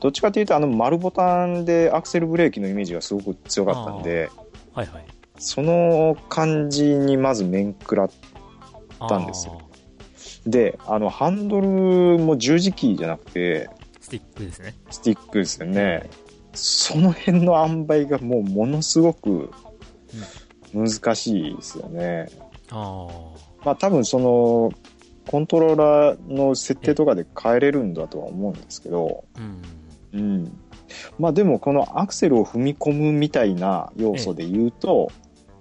S1: どっちかというと、あの、丸ボタンでアクセルブレーキのイメージがすごく強かったんで、
S2: はいはい
S1: その感じにまず面食らっ
S2: あ
S1: たんですよ
S2: ー
S1: て、あの、ハンドルも十字キーじゃなくて、
S2: スティックですね
S1: スティックですよね。その辺の塩梅がもうものすごく難しいですよね。
S2: あ
S1: まあ多分その、コントローラーの設定とかで変えれるんだとは思うんですけど、
S2: あ、うん。
S1: うん。まあでもこのアクセルを踏み込むみたいな要素で言うと、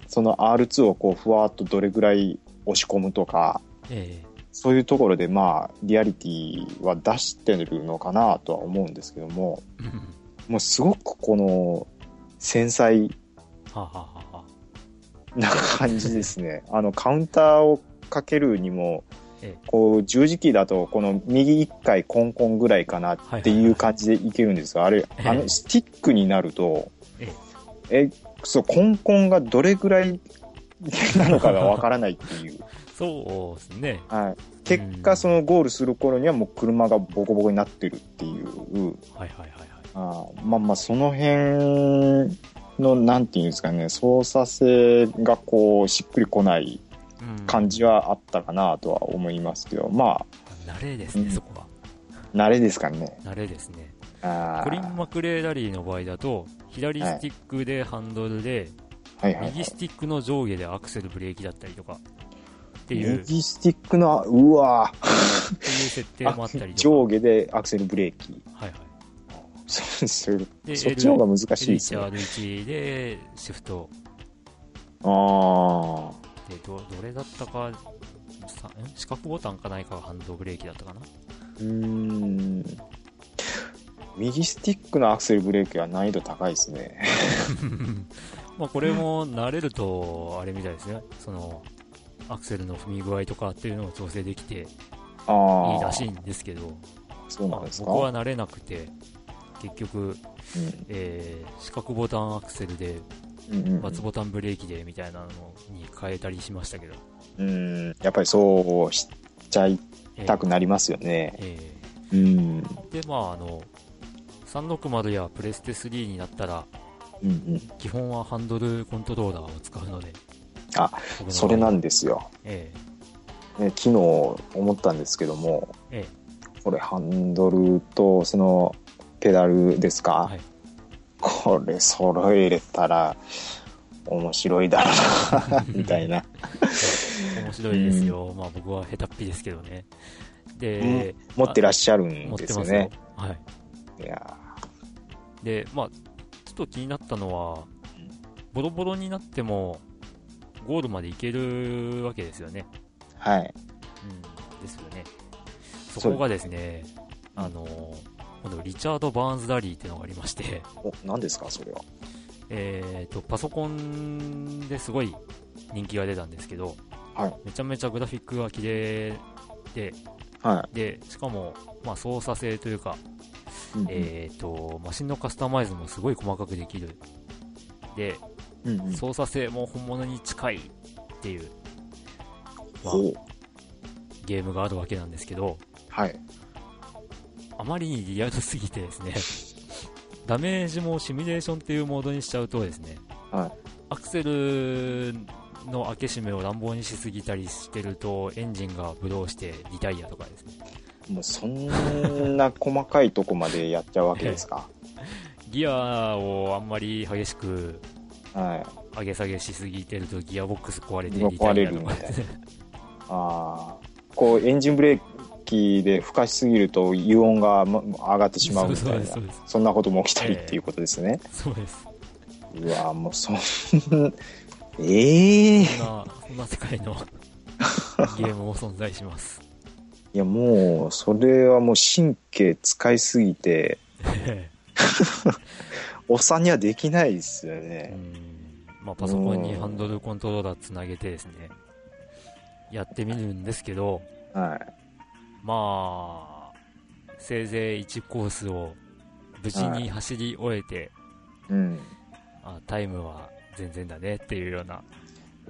S1: その R2 をこうふわっとどれぐらい押し込むとか、
S2: え
S1: そういうところでまあリアリティは出してるのかなとは思うんですけども、
S2: え
S1: もうすごくこの繊細
S2: はあ、はあはあ、
S1: な感じですね。あのカウンターをかけるにも
S2: ええ、
S1: こう十字キーだとこの右一回コンコンぐらいかなっていう感じでいけるんですが、あれ、
S2: ええ
S1: あのスティックになると
S2: え、
S1: え、そう、コンコンがどれぐらいなのかがわからないって いう。
S2: そうですね。
S1: はい。結果、そのゴールする頃にはもう車がボコボコになってるっていう
S2: はいはいはいはい。
S1: あーまあまあその辺のなんていうんですかね操作性がこうしっくりこない
S2: うん、
S1: 感じはあったかなとは思いますけどま
S2: 慣れですね、
S1: うん
S2: そこは。
S1: あ慣れですかね
S2: 慣れですね。
S1: あー
S2: コリン・マクレーラリーの場合だと、左スティックでハンドルで、
S1: はいはい、は
S2: 右
S1: い
S2: スティックの上下でアクセルブレーキだったりとか、っていう、
S1: 右スティックのうわー
S2: っていう設定もあったりとか。
S1: 上下でアクセルブレーキ。
S2: はいはい。
S1: そうする
S2: で
S1: そっちの方が難しいですね。あ
S2: LHR1 でシフト
S1: あー。
S2: でどどれだったかさん四角ボタンかないかがハンドブレーキだったかな
S1: うーん。右スティックのアクセルブレーキは難易度高いですね。
S2: まあこれも慣れるとあれみたいですねそのアクセルの踏み具合とかっていうのを調整できていい
S1: ああ。
S2: らしいんですけど
S1: そう
S2: ま
S1: な
S2: あ
S1: んです
S2: 僕
S1: か。
S2: は慣れなくて結局、
S1: うん
S2: えー四角ボタンアクセルで
S1: うんうんうん
S2: ×ボタンブレーキでみたいなのに変えたりしましたけど、
S1: うん。やっぱりそうしちゃい
S2: えー
S1: たくなりますよね。
S2: え
S1: うん。
S2: ーでまああの360やプレステ3になったら
S1: うんうん。
S2: 基本はハンドルコントローラーを使うので
S1: あ
S2: 僕の場合
S1: それなんですよ。
S2: え
S1: ね、昨日思ったんですけども、
S2: え
S1: これハンドルとそのペダルですか、
S2: はい
S1: これ揃えれたら面白いだろう なみたいな
S2: え 面白いですよ、まあ僕は下手っぴですけどねで、
S1: 持ってらっしゃる
S2: あ
S1: ん
S2: 持っ
S1: で
S2: て
S1: す
S2: ま
S1: よ
S2: すよ
S1: ね。
S2: はい
S1: いや
S2: でまあちょっと気になったのはボロボロになってもゴールまで行けるわけですよね
S1: ーはい
S2: うんですよねそこがですねあの今度リチャード・バーンズ・ラリーっていうのがありまして
S1: お何ですかそれは
S2: えー、とパソコンですごい人気が出たんですけど、
S1: はい
S2: めちゃめちゃグラフィックが綺麗で
S1: は
S2: でしかも、まあ、操作性というか、
S1: い、うん
S2: えー、とマシンのカスタマイズもすごい細かくできるで
S1: うんうん
S2: 操作性も本物に近いっていう、まあ
S1: ほう
S2: ゲームがあるわけなんですけど
S1: はい
S2: あまりにリアルすぎてですね ダメージもシミュレーションっていうモードにしちゃうとですね
S1: はい
S2: アクセルの開け閉めを乱暴にしすぎたりしてるとエンジンがブローしてリタイアとかですね
S1: もうそんな細かいとこまでやっちゃうわけです か、
S2: ギアをあんまり激しく
S1: はい
S2: 上げ下げしすぎてるとギアボックス壊れてリタ
S1: 壊
S2: イ
S1: れ
S2: ア
S1: る
S2: と
S1: み
S2: か
S1: たいな。ああ。こう、エンジンブレーキで吹かしすぎると油温がま上がってしまうみた
S2: そう
S1: い
S2: で
S1: な。
S2: す
S1: そ
S2: そうです
S1: んなことも起きたりっていうことですね。
S2: そうです
S1: うわもうそんな、ええ
S2: そんなそんな世 界のゲームも存在します
S1: いや、もう、それはもう神経使いすぎて、
S2: え
S1: おっさんにはできないですよ
S2: え
S1: ね。
S2: うんまあパソコンにハンドルコントローラーつなげてですねやってみるんですけど
S1: はい。
S2: まあ、せいぜい1コースを無事に走り終えて、
S1: うん。
S2: あタイムは全然だねっていうような、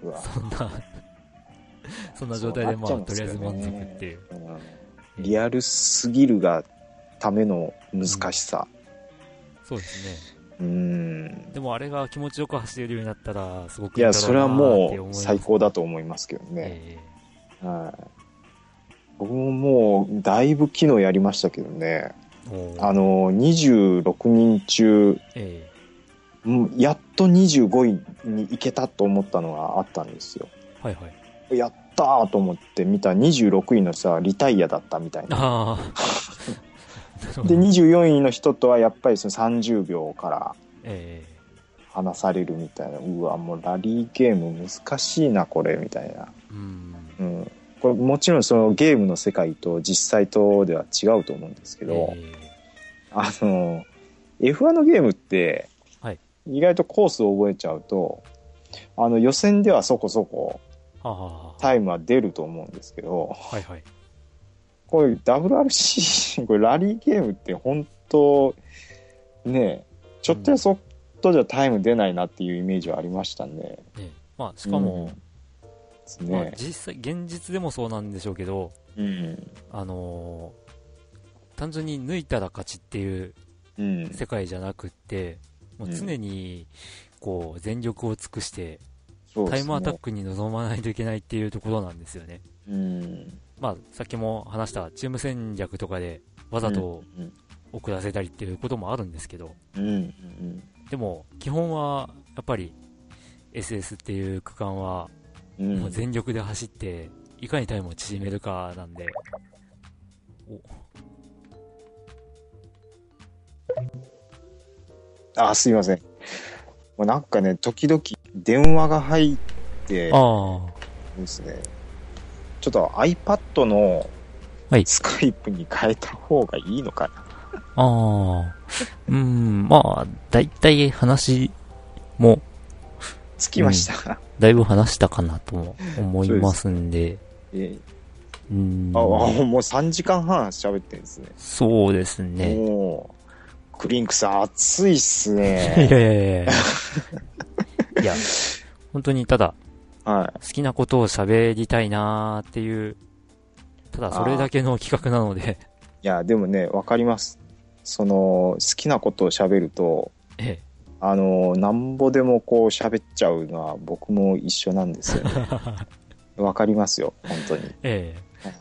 S1: うわ
S2: そんな、そんな状態で、まあ、
S1: そうなっ
S2: とり
S1: ち
S2: あ
S1: ゃう
S2: えず
S1: んですよ
S2: 満
S1: ね
S2: 足っていう。
S1: うんリアルすぎるがための難しさ。
S2: そうですね。
S1: うん
S2: でもあれが気持ちよく走れるようになったら、すごく
S1: いや、それはもう最
S2: 最
S1: 高だと思いますけどね。
S2: え
S1: はい。僕ももう、だいぶ機能やりましたけどね。
S2: えもう
S1: あの、26人中、
S2: え
S1: もうやっと25位に行けたと思ったのがあったんですよ。
S2: えは いはい。
S1: やったーと思って見た26位の人はリタイアだったみたいな。
S2: ああ。なるほ
S1: で、
S2: ど。
S1: 24位の人とはやっぱりその30秒から
S2: え
S1: 離されるみたいな。うわ、もうラリーゲーム難しいな、これ、みたいな。
S2: えうん。
S1: うん、これもちろんそのゲームの世界と実際とでは違うと思うんですけど、
S2: え
S1: あの F1 のゲームって
S2: はい
S1: 意外とコースを覚えちゃうとあの予選ではそこそこ
S2: えはあはあは
S1: タイムは出ると思うんですけど
S2: あ。はいはい。
S1: これ WRC これラリー ゲームって本当ねえちょっとやそっとじゃタイム出ないなっていうイメージはありましたね。
S2: ええまあ、しかも、
S1: うんです
S2: まあ
S1: ね、
S2: 実際、現実でもそうなんでしょうけど、
S1: うん
S2: あのー単純に抜いたら勝ちっていう
S1: うん
S2: 世界じゃなくって、もう常にこう全力を尽くして、
S1: そうで
S2: タ
S1: す
S2: イ
S1: ね
S2: ムアタックに臨まないといけないっていうところなんですよね。
S1: うん
S2: まあ、さっきも話したチーム戦略とかでわざと
S1: うんうん
S2: 遅らせたりっていうこともあるんですけど、
S1: うんうん
S2: でも基本はやっぱり SS っていう区間は
S1: うん、
S2: もう全力で走って、いかにタイムを縮めるかなんで、
S1: あ、すいません。もうなんかね、時々電話が入って
S2: お、あ
S1: ですね、ちょっと iPad の
S2: はい
S1: スカイプに変えた方がいいのかな。
S2: あ、ああ、うん、まあ、だいたい話も、
S1: つきました。
S2: だいぶ話したかなとも思いますんで、
S1: え
S2: うん
S1: ー、あ、あ、もう3時間半喋ってるんですね。
S2: そうですね。
S1: もう、クリンクさん熱いっす
S2: い や
S1: ね。
S2: いやいやいや。いや、本当にただ、
S1: は
S2: 好きなことを喋りたいなーっていう、ただそれだけの企画なので、
S1: い。いや、でもね、わかります。その、好きなことを喋ると、
S2: ええ
S1: あの、なんぼでもこう喋っちゃうのは僕も一緒なんです よね。わかりますよ、本当に。
S2: ええ
S1: はい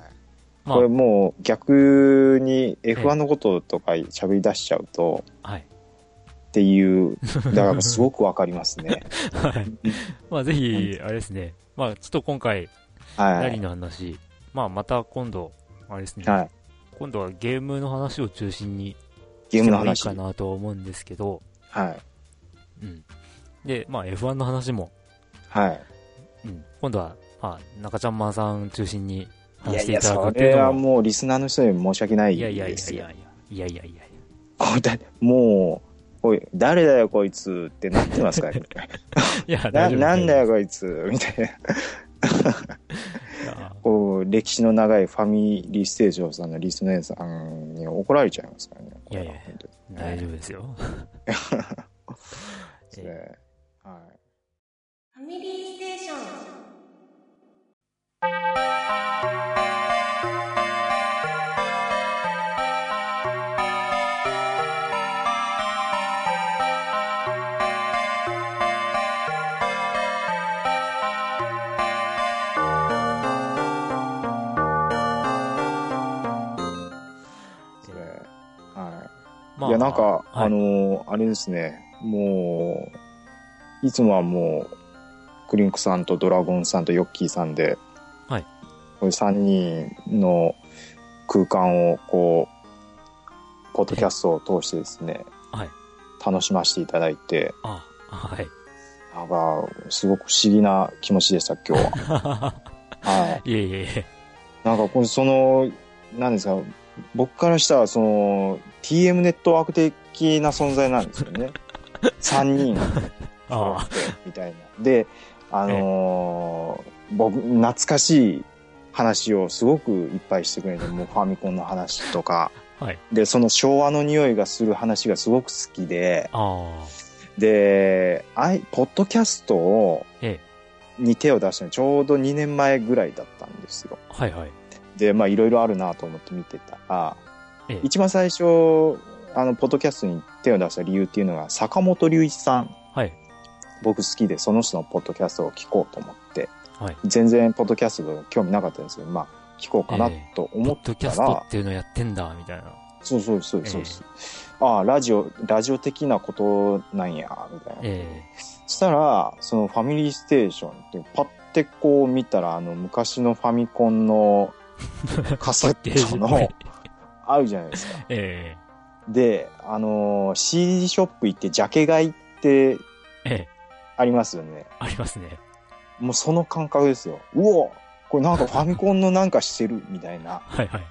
S2: ま
S1: これもう逆に F1 のこととか喋り出しちゃうと、
S2: あ、はい。
S1: っていう、だからすごくわかります ね。
S2: はい。まあぜひ、あれですね。まあちょっと今回、
S1: は
S2: ラリー
S1: い。
S2: の話、まあまた今度、あれですね。
S1: はい。
S2: 今度はゲームの話を中心に、
S1: ゲームの
S2: し
S1: 話。
S2: てもいいかなと思うんですけど、
S1: はい。
S2: うん。で、まあ F1 の話も、
S1: はい。
S2: うん。今度は、まあ、中ちゃんまんさん中心に
S1: いや
S2: 話し
S1: い
S2: てい
S1: や、
S2: ただく
S1: そ
S2: ってい
S1: れ
S2: う
S1: は
S2: のも、
S1: もうリスナーの人に申し訳ない
S2: いやいやい
S1: で
S2: やい
S1: すよ
S2: や。いや、いやいやいや。
S1: こうだもう、おい、誰だよこいつってなってますからね。
S2: いや、
S1: な
S2: 大丈夫
S1: なんだ。
S2: 大
S1: よ
S2: 丈
S1: こいつみたいな。
S2: 夫いや
S1: こう、歴史の長いファミリーステーションさんのリスナーさんに怒られちゃいますからね。これはい
S2: やいや
S1: 本当に
S2: 大丈夫で すよ。
S1: それはい。
S3: ファミリーステーション
S1: それはい。
S2: ま
S1: いや、なんか、
S2: はい
S1: あのーあれですね、もう、いつもはもう、クリンクさんとドラゴンさんとヨッキーさんで、
S2: はい。
S1: これ3人の空間を、こう、ポッドキャストを通してですね、
S2: はい。
S1: 楽しませていただいて、
S2: あ、はい。
S1: なんか、すごく不思議な気持ちでした、今日は。 はい。
S2: いえいえいえ。
S1: なんかこう、その、なんですか、僕からしたら、その、TM ネットワーク的な存在なんですよ ね。3人揃
S2: あ
S1: って、みたいな。で、あのー僕、懐かしい話をすごくいっぱいしてくれて、もうファミコンの話とか、
S2: はい
S1: で、その昭和の匂いがする話がすごく好きで、
S2: あ、ああ、
S1: で、あい、ポッドキャストを、
S2: え
S1: に手を出したのちょうど2年前ぐらいだったんですよ。
S2: はいはい。
S1: で、まあいろいろあるなと思って見てたら、
S2: ええ
S1: 一番最初、あの、ポッドキャストに手を出した理由っていうのが、坂本龍一さん、
S2: はい。
S1: 僕好きで、その人のポッドキャストを聞こうと思って、
S2: はい
S1: 全然ポッドキャストが興味なかったんですけど、まあ、聞こうかな
S2: え
S1: と
S2: ポ
S1: 思っ
S2: ッドキ
S1: た
S2: ャスト
S1: ら
S2: っ、ていうのやってんだ、みたいな。
S1: そうそうそうそうです。ああ、ラジオ、ラジオ的なことなんや、みたいな。
S2: え
S1: したら、そのファミリーステーションって、パッてこう見たら、あの、昔のファミコン の
S2: え
S1: カセット
S2: は
S1: の
S2: い、
S1: あるじゃないですか。
S2: え
S1: で、あのー CD ショップ行って、ジャケ買いって
S2: えええ
S1: ありますよね。
S2: ありますね。
S1: もうその感覚ですよ。うおこれなんかファミコンのなんかしてる、みたいな。
S2: はいはい。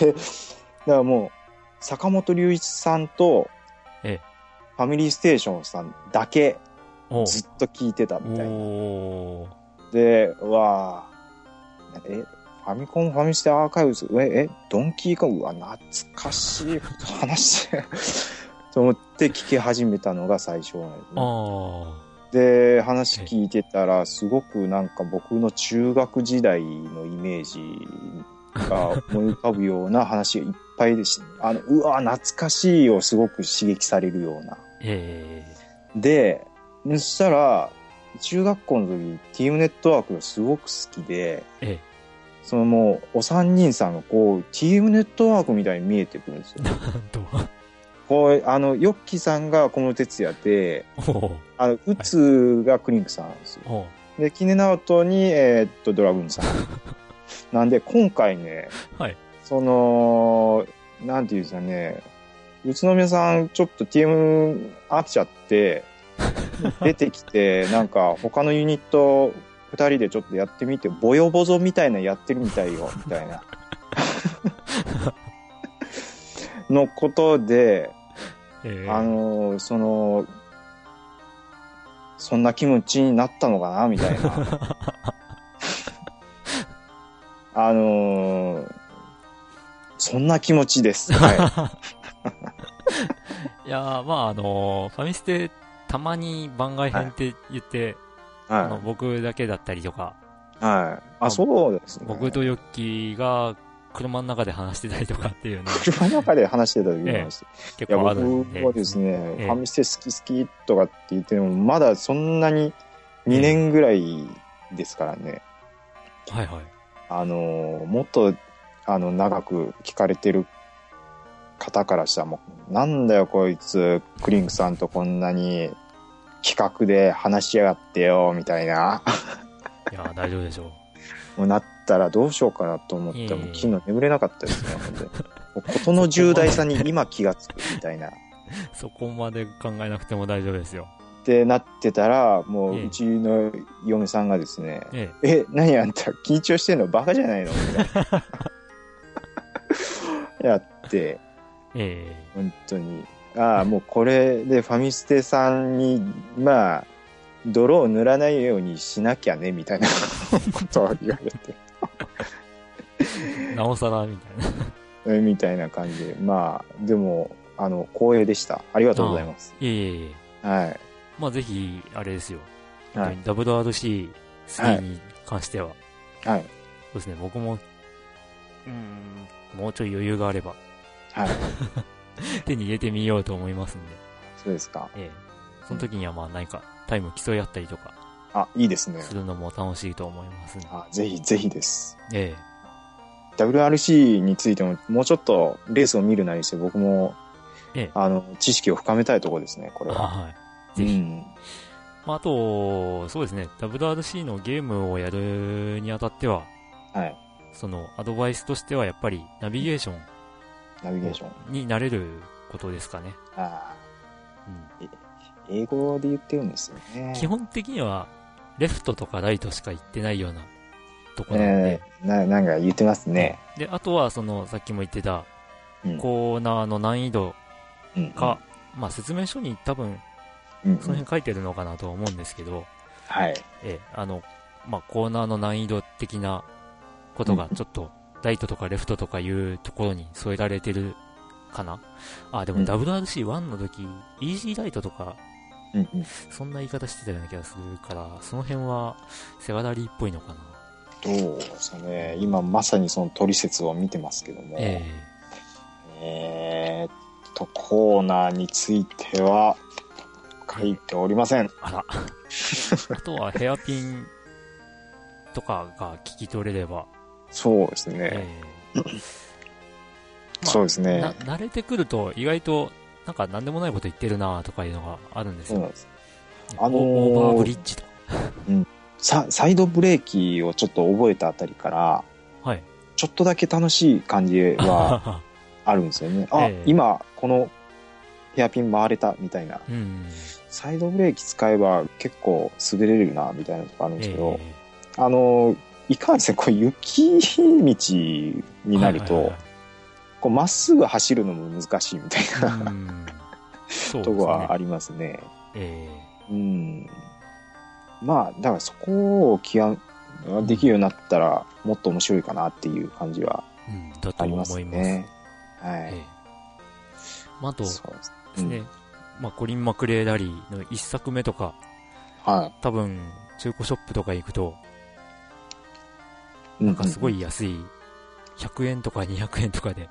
S1: で、だからもう、坂本龍一さんと、
S2: ええ
S1: ファミリーステーションさんだけ
S2: おう
S1: ずっと聞いてたみたいな。
S2: おー
S1: で、うわあえ、ファミコンファミステアーカイブス、え、え、ドンキーコングは懐かしいこと話してると思って聞き始めたのが最初なんですね
S2: あ
S1: で、話聞いてたら、すごくなんか僕の中学時代のイメージが思い浮かぶような話がいっぱいでし、あの、うわ懐かしいをすごく刺激されるような。
S2: ー。え
S1: で、そしたら、中学校の時、ティームネットワークがすごく好きで、
S2: ええ
S1: そのもう、お三人さんがこう、ティームネットワークみたいに見えてくるんです よ。
S2: えなんと、
S1: こう、あの、ヨッキーさんが小室哲也で、
S2: おう
S1: あの、ウツがクリンクさんなんですよ。
S2: おう
S1: で、 キネナオトに、えーっと、ドラグーンさん。なんで、今回ね、
S2: はい
S1: その、なんていうんですかね、宇都宮さん、ちょっと TM 飽きちゃ って、出てきて、なんか他のユニット2人でちょっとやってみて、ボヨボゾみたいなやってるみたいよ、みたい な。のことで、
S2: ええ
S1: あの、その、そんな気持ちになったのかなみたい な。あのーそんな気持ち です。はい
S2: やーまああのーファミステたまに番外編って言って、
S1: い。
S2: あの
S1: は
S2: 僕だけだったりとか、
S1: い。はい、あ、そうですね。
S2: 僕とヨッキーが車の中で話してたりとかっていうの
S1: 車の中で話してた時もありました
S2: 結
S1: いや、
S2: 構あるんで。
S1: 僕はですね、
S2: ええ
S1: ファミステ好き好きとかって言っても、まだそんなに2年ぐらいですからね。
S2: はいはい。
S1: あのもっとあの長く聞かれてる方からしたらもうなんだよこいつクリンクさんとこんなに企画で話しやがってよみたい な
S2: いやー大丈夫でしょう。
S1: もうなったらどうしようかなと思って
S2: いえいえ
S1: もう昨日眠れなかったですねほんでもう事の重大さに今気がつくみた いな。っ
S2: そこまで考えなくても大丈夫ですよ。
S1: てなってたらも
S2: ええ
S1: ううちの嫁さんがですね
S2: え
S1: え、何あんた緊張してんのバカじゃないのみたい な。やって、
S2: え、え
S1: 本当に。ああ、もうこれでファミステさんに、まあ、泥を塗らないようにしなきゃね、みたいなことを言われて、
S2: えなおさらみたいな。 い
S1: えみたいな感じで。まあ、でも、あの、光栄でした。ありがとうございます。
S2: えいえいえ。
S1: はい。
S2: まあぜひ、あれですよ。
S1: はい
S2: WRC3 に関しては、
S1: はい。
S2: そうですね、僕も、うーん、もうちょい余裕があれば、
S1: はい。
S2: 手に入れてみようと思いますんで、
S1: そうですか。
S2: ええ。その時にはまあ何かタイム競い合ったりとか
S1: あ、いいですね。
S2: するのも楽しいと思いますんで、
S1: あぜひ、ぜひです。
S2: え
S1: WRC についてももうちょっとレースを見るなりして僕も、
S2: ええ
S1: あの知識を深めたいところですねこ
S2: え。
S1: れは、
S2: はい。ぜひ
S1: う。ん
S2: まああと、そうですね、WRC のゲームをやるにあたっては、
S1: はい
S2: そのアドバイスとしてはやっぱりナビゲーショ
S1: ナビゲーション
S2: ンになれることですかね。
S1: あ
S2: うん
S1: あ英語で言ってるんですよね
S2: 基本的には、レフトとかライトしか行ってないようなとこなん
S1: え
S2: で。
S1: えななんか言ってますね、
S2: で、あとは、その、さっきも言ってた、
S1: うん
S2: コーナーの難易度
S1: うん、
S2: か、まあ、説明書に多分、
S1: うん、うん
S2: その辺書いてるのかなとは思うんですけど、
S1: はい
S2: ええ、あの、まあ、コーナーの難易度的なことが
S1: う、ん
S2: ちょっと、ライトとかレフトとかいうところに添えられてるかなあ、でも
S1: うん
S2: WRC1 の時、イージーライトとか、
S1: うんうん
S2: そんな言い方してたような気がするから、その辺は、セガダリーっぽいのかな
S1: どうですかね今まさにそのトリセツを見てますけども
S2: え
S1: えーっとコーナーについては書いておりません
S2: え あら。あとはヘアピンとかが聞き取れれば、
S1: そうですね、
S2: えあ
S1: そうです
S2: え
S1: ね
S2: な慣れてくると意外と、なんか何でもないこと言ってるなとかいうのがあるんです
S1: そう
S2: よ。
S1: なんですあのー
S2: オーバーブリッジとか。
S1: ササイドブレーキをちょっと覚えたあたりから
S2: はい。
S1: ちょっとだけ楽しい感じはあるんですよねあ、
S2: ええ
S1: 今このヘアピン回れたみたいな
S2: うん。
S1: サイドブレーキ使えば結構滑れるなみたいなとこあるんですけど
S2: え、
S1: あのいかんせんこう雪道
S2: え
S1: になる
S2: はい
S1: と
S2: はい
S1: こうまっすぐ走るのも難しいみたい
S2: はい
S1: な
S2: うんそうです
S1: と
S2: ね。
S1: こはありますね
S2: え
S1: うんまあだからそこを極めできるようになったらもっと面白いかなっていう感じは
S2: えうん。だと
S1: あり
S2: 思い
S1: ま
S2: ますす。
S1: ね。は
S2: え
S1: い
S2: え。まあ、あと、
S1: そうです
S2: ですね、まあ、コリン・マクレーダリーの一作目とか、
S1: は
S2: 多分、中古ショップとか行くと、
S1: い。
S2: なんかすごい安い、100円とか200円とかで、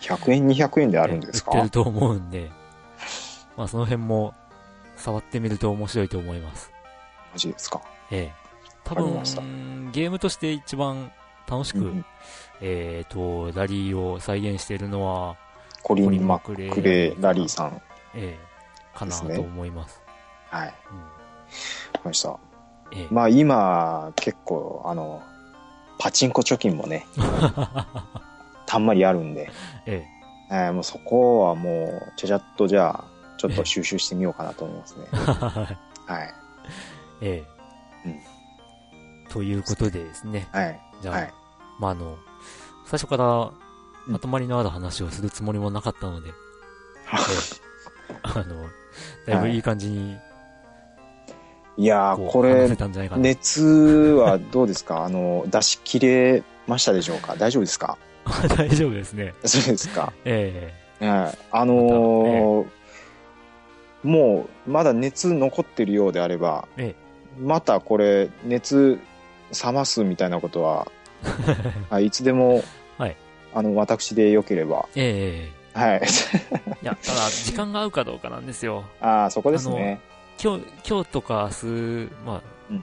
S1: 100円、200円であ
S2: あ
S1: るんです
S2: 売って
S1: か
S2: ると思うんで、まあ、その辺も、触ってみると面白いと思います。
S1: マジですか。
S2: ええ。多
S1: わか
S2: 分
S1: りました、
S2: ゲームとして一番楽しく、
S1: うん
S2: えっ、と、ラリーを再現しているのは、
S1: コリ
S2: コリ
S1: ン・
S2: ン
S1: マ
S2: マク
S1: クレ
S2: レー
S1: ー・ラリーさん。
S2: ええ、かな
S1: です
S2: と
S1: ね
S2: 思います。
S1: はい。わ
S2: うん
S1: かりました。
S2: ええ。
S1: まあ 今、結構、あの、パチンコ貯金もね、たんまりあるんで、
S2: え
S1: えーもうそこはもう、ちゃちゃっとじゃあ、ちょっと収集してみようかなと思い ますね。
S2: え。
S1: はい。
S2: ええ。
S1: うん
S2: ということでですね。
S1: はい。
S2: じゃあ、
S1: はい。
S2: まあ、あの、最初からまとまりのある話をするつもりもなかったので、ええあの、だいぶいい感じに、
S1: いや
S2: こ
S1: ー、
S2: う、
S1: こ
S2: 話
S1: れ
S2: せ、たんじゃないかな。
S1: 熱はどうですかあの、出し切れましたでしょうか大丈夫ですか
S2: 大丈夫ですね。
S1: そうですか。
S2: ええ
S1: ええあのーもう、まだ熱残ってるようであれば、
S2: え
S1: またこれ、熱冷ますみたいなこと は、はい、いつでも、
S2: はい
S1: あの、私でよければ、
S2: ええ
S1: はい。
S2: えいや、ただ、時間が合うかどうかなんですよ。
S1: ああ、そこですね。
S2: 今日、今日とか明日、まあ、
S1: うん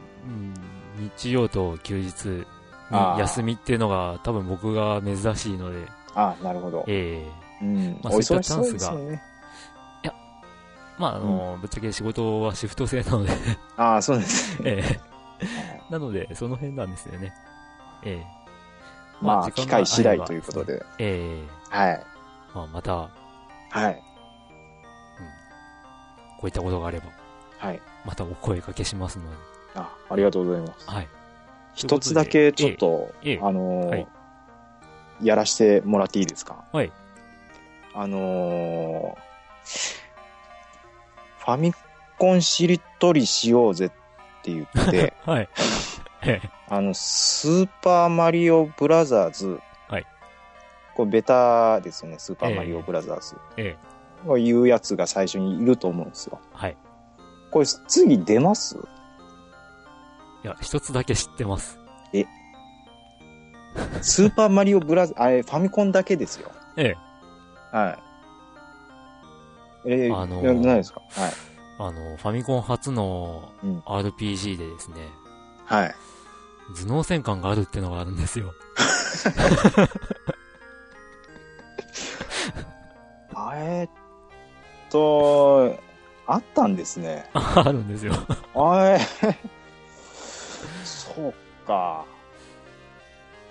S2: うん日曜と休日に
S1: あー
S2: 休みっていうのが多分僕が珍しいので、
S1: ああ、なるほど。
S2: ええ
S1: うん。
S2: まあ
S1: お
S2: そ
S1: 忙
S2: ういった
S1: し
S2: チャ
S1: そ
S2: ン
S1: う
S2: スが
S1: ですよね。
S2: まあ、あの、ぶっちゃけ仕事はシフト制な ので、
S1: ああ、そうなんですね。
S2: ええなので、その辺なんですよね。ええ
S1: まあ、機
S2: 時間が
S1: 会次第
S2: れば
S1: ということで。
S2: ええ
S1: はい。
S2: まあ、また、
S1: はい。
S2: こういったことがあれば、
S1: はい。
S2: またお声掛けしますので、
S1: あありがとうございます。
S2: はい。
S1: 一つだけちょっと、
S2: ええええ
S1: あのー
S2: はい
S1: やらしてもらっていいですか
S2: はい。
S1: あのーファミコンしりとりしようぜって言 って、
S2: はい。 え
S1: あの、スーパーマリオブラザーズ。
S2: はい。
S1: これベタですよね、スーパーマリオブラザーズ。
S2: ええ
S1: こういうやつが最初にいると思うんですよ。
S2: はい。
S1: これ次出ます
S2: いや、一つだけ知ってます。
S1: スーパーマリオブラザー、あれ、ファミコンだけですよ。
S2: ええ
S1: はい。えー、
S2: あのー
S1: なないですかはい。
S2: あの、ファミコン初の
S1: うん
S2: RPG でですね、
S1: はい。
S2: 頭脳戦艦があるってのがあるんですよ。
S1: あえっと、あったんですね。
S2: あるんですよ。
S1: あえ、そうか。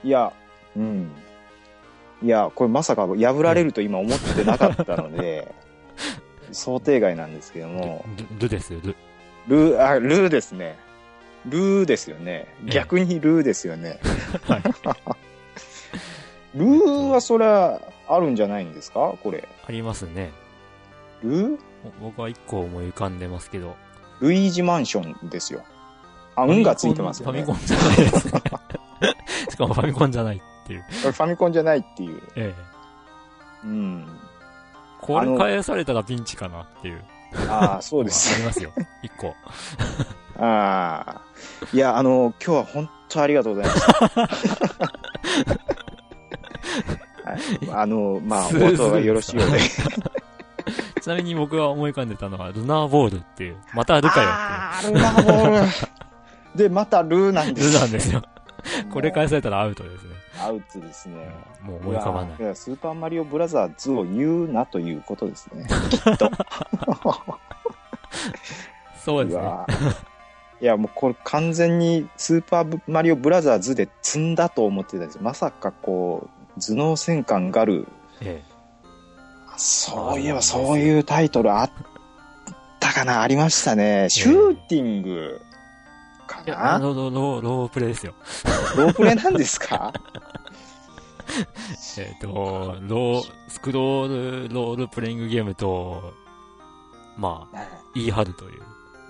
S1: いや、うん。いや、これまさか破られると今思ってなかったの で、想定外なんですけども、
S2: ルルですよ、ル。
S1: ルー、あ、ルーですね。ルーですよね。逆にルーですよね。
S2: はい。
S1: ルーはそりゃあるんじゃないんですかこれ。
S2: ありますね。
S1: ルー
S2: ぼ僕は一個思い浮かんでますけど。
S1: ルイージマンションですよ。あ、運がついてますよね。
S2: ファミコンじゃないですね。 しかもファミコンじゃないっていう。
S1: これファミコンじゃないっていう。
S2: ええ。
S1: うん。
S2: こ
S1: あ
S2: れ
S1: の
S2: 返されたらピンチかなっていう。
S1: あ あ、そうで
S2: あり
S1: す。
S2: ますよ。一個。
S1: ああ。いや、あの、今日は本当ありがとうございました。 はいあの、まあ、応
S2: スーズー
S1: 答がよろしいようで。
S2: ちなみに僕が思い浮かんでたのは、ルナーボールっていう。またルかよっ
S1: あールナボ ール。で、またルーなん
S2: て
S1: で
S2: いう。
S1: す。
S2: ルなんですよ。これ
S1: ら
S2: 返されたらアウトですね。
S1: アウトですね。
S2: もう思い浮かばな
S1: う
S2: い。
S1: わーやスーパーマリオブラザーズを言うなということですね。きっと。
S2: そうです
S1: う
S2: ね。
S1: わーいや、もうこれ完全にスーパーマリオブラザーズで積んだと思ってたんですよまさかこう、頭脳戦艦ガル。
S2: え
S1: そういえばそういうタイトルあったかなありましたね。シューティングか
S2: え。いや、
S1: な
S2: あの、ロロロープレイですよ。
S1: ロープレなんですか
S2: えっ、と、ロー、スクロール、ロールプレイングゲームと、まあ、言い張るという。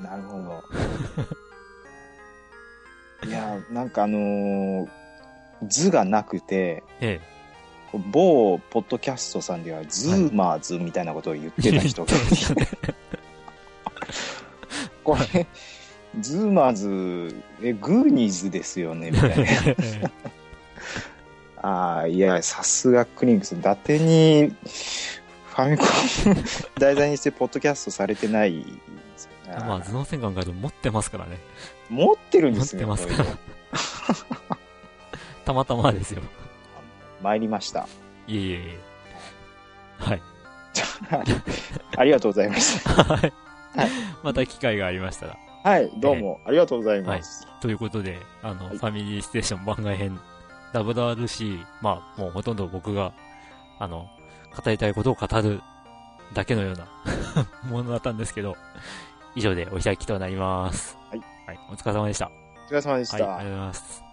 S1: なるほ ど。いや、なんかあのー図がなくて、
S2: え
S1: 某ポッドキャストさんではズーマーズみたいなことを言ってた 人が、
S2: はい言ってま
S1: これ、ズーマーズ、え、グーニーズですよねみ たいな。
S2: え。
S1: ああ、いや、さすがクリンクス。伊達に、ファミコン 題材にしてポッドキャストされてないですよね、
S2: まあ、頭脳戦艦ガード持ってますからね。
S1: 持ってるんですね。
S2: 持ってます
S1: こういうの
S2: たまたまですよ。
S1: 参りました。
S2: いえいえいえ。はい。
S1: ありがとうございました。
S2: はい。 また機会がありましたら。
S1: はい、どうも、ありがとうございます。
S2: ということで、あの、
S1: はい
S2: ファミリーステーション番外編 WRC、まあ、もうほとんど僕が、あの、語りたいことを語るだけのような ものだったんですけど、以上でお開きとなります。
S1: はい。
S2: お疲れ様でした。
S1: お疲れ様でし
S2: はい、
S1: た。
S2: ありがとうございます。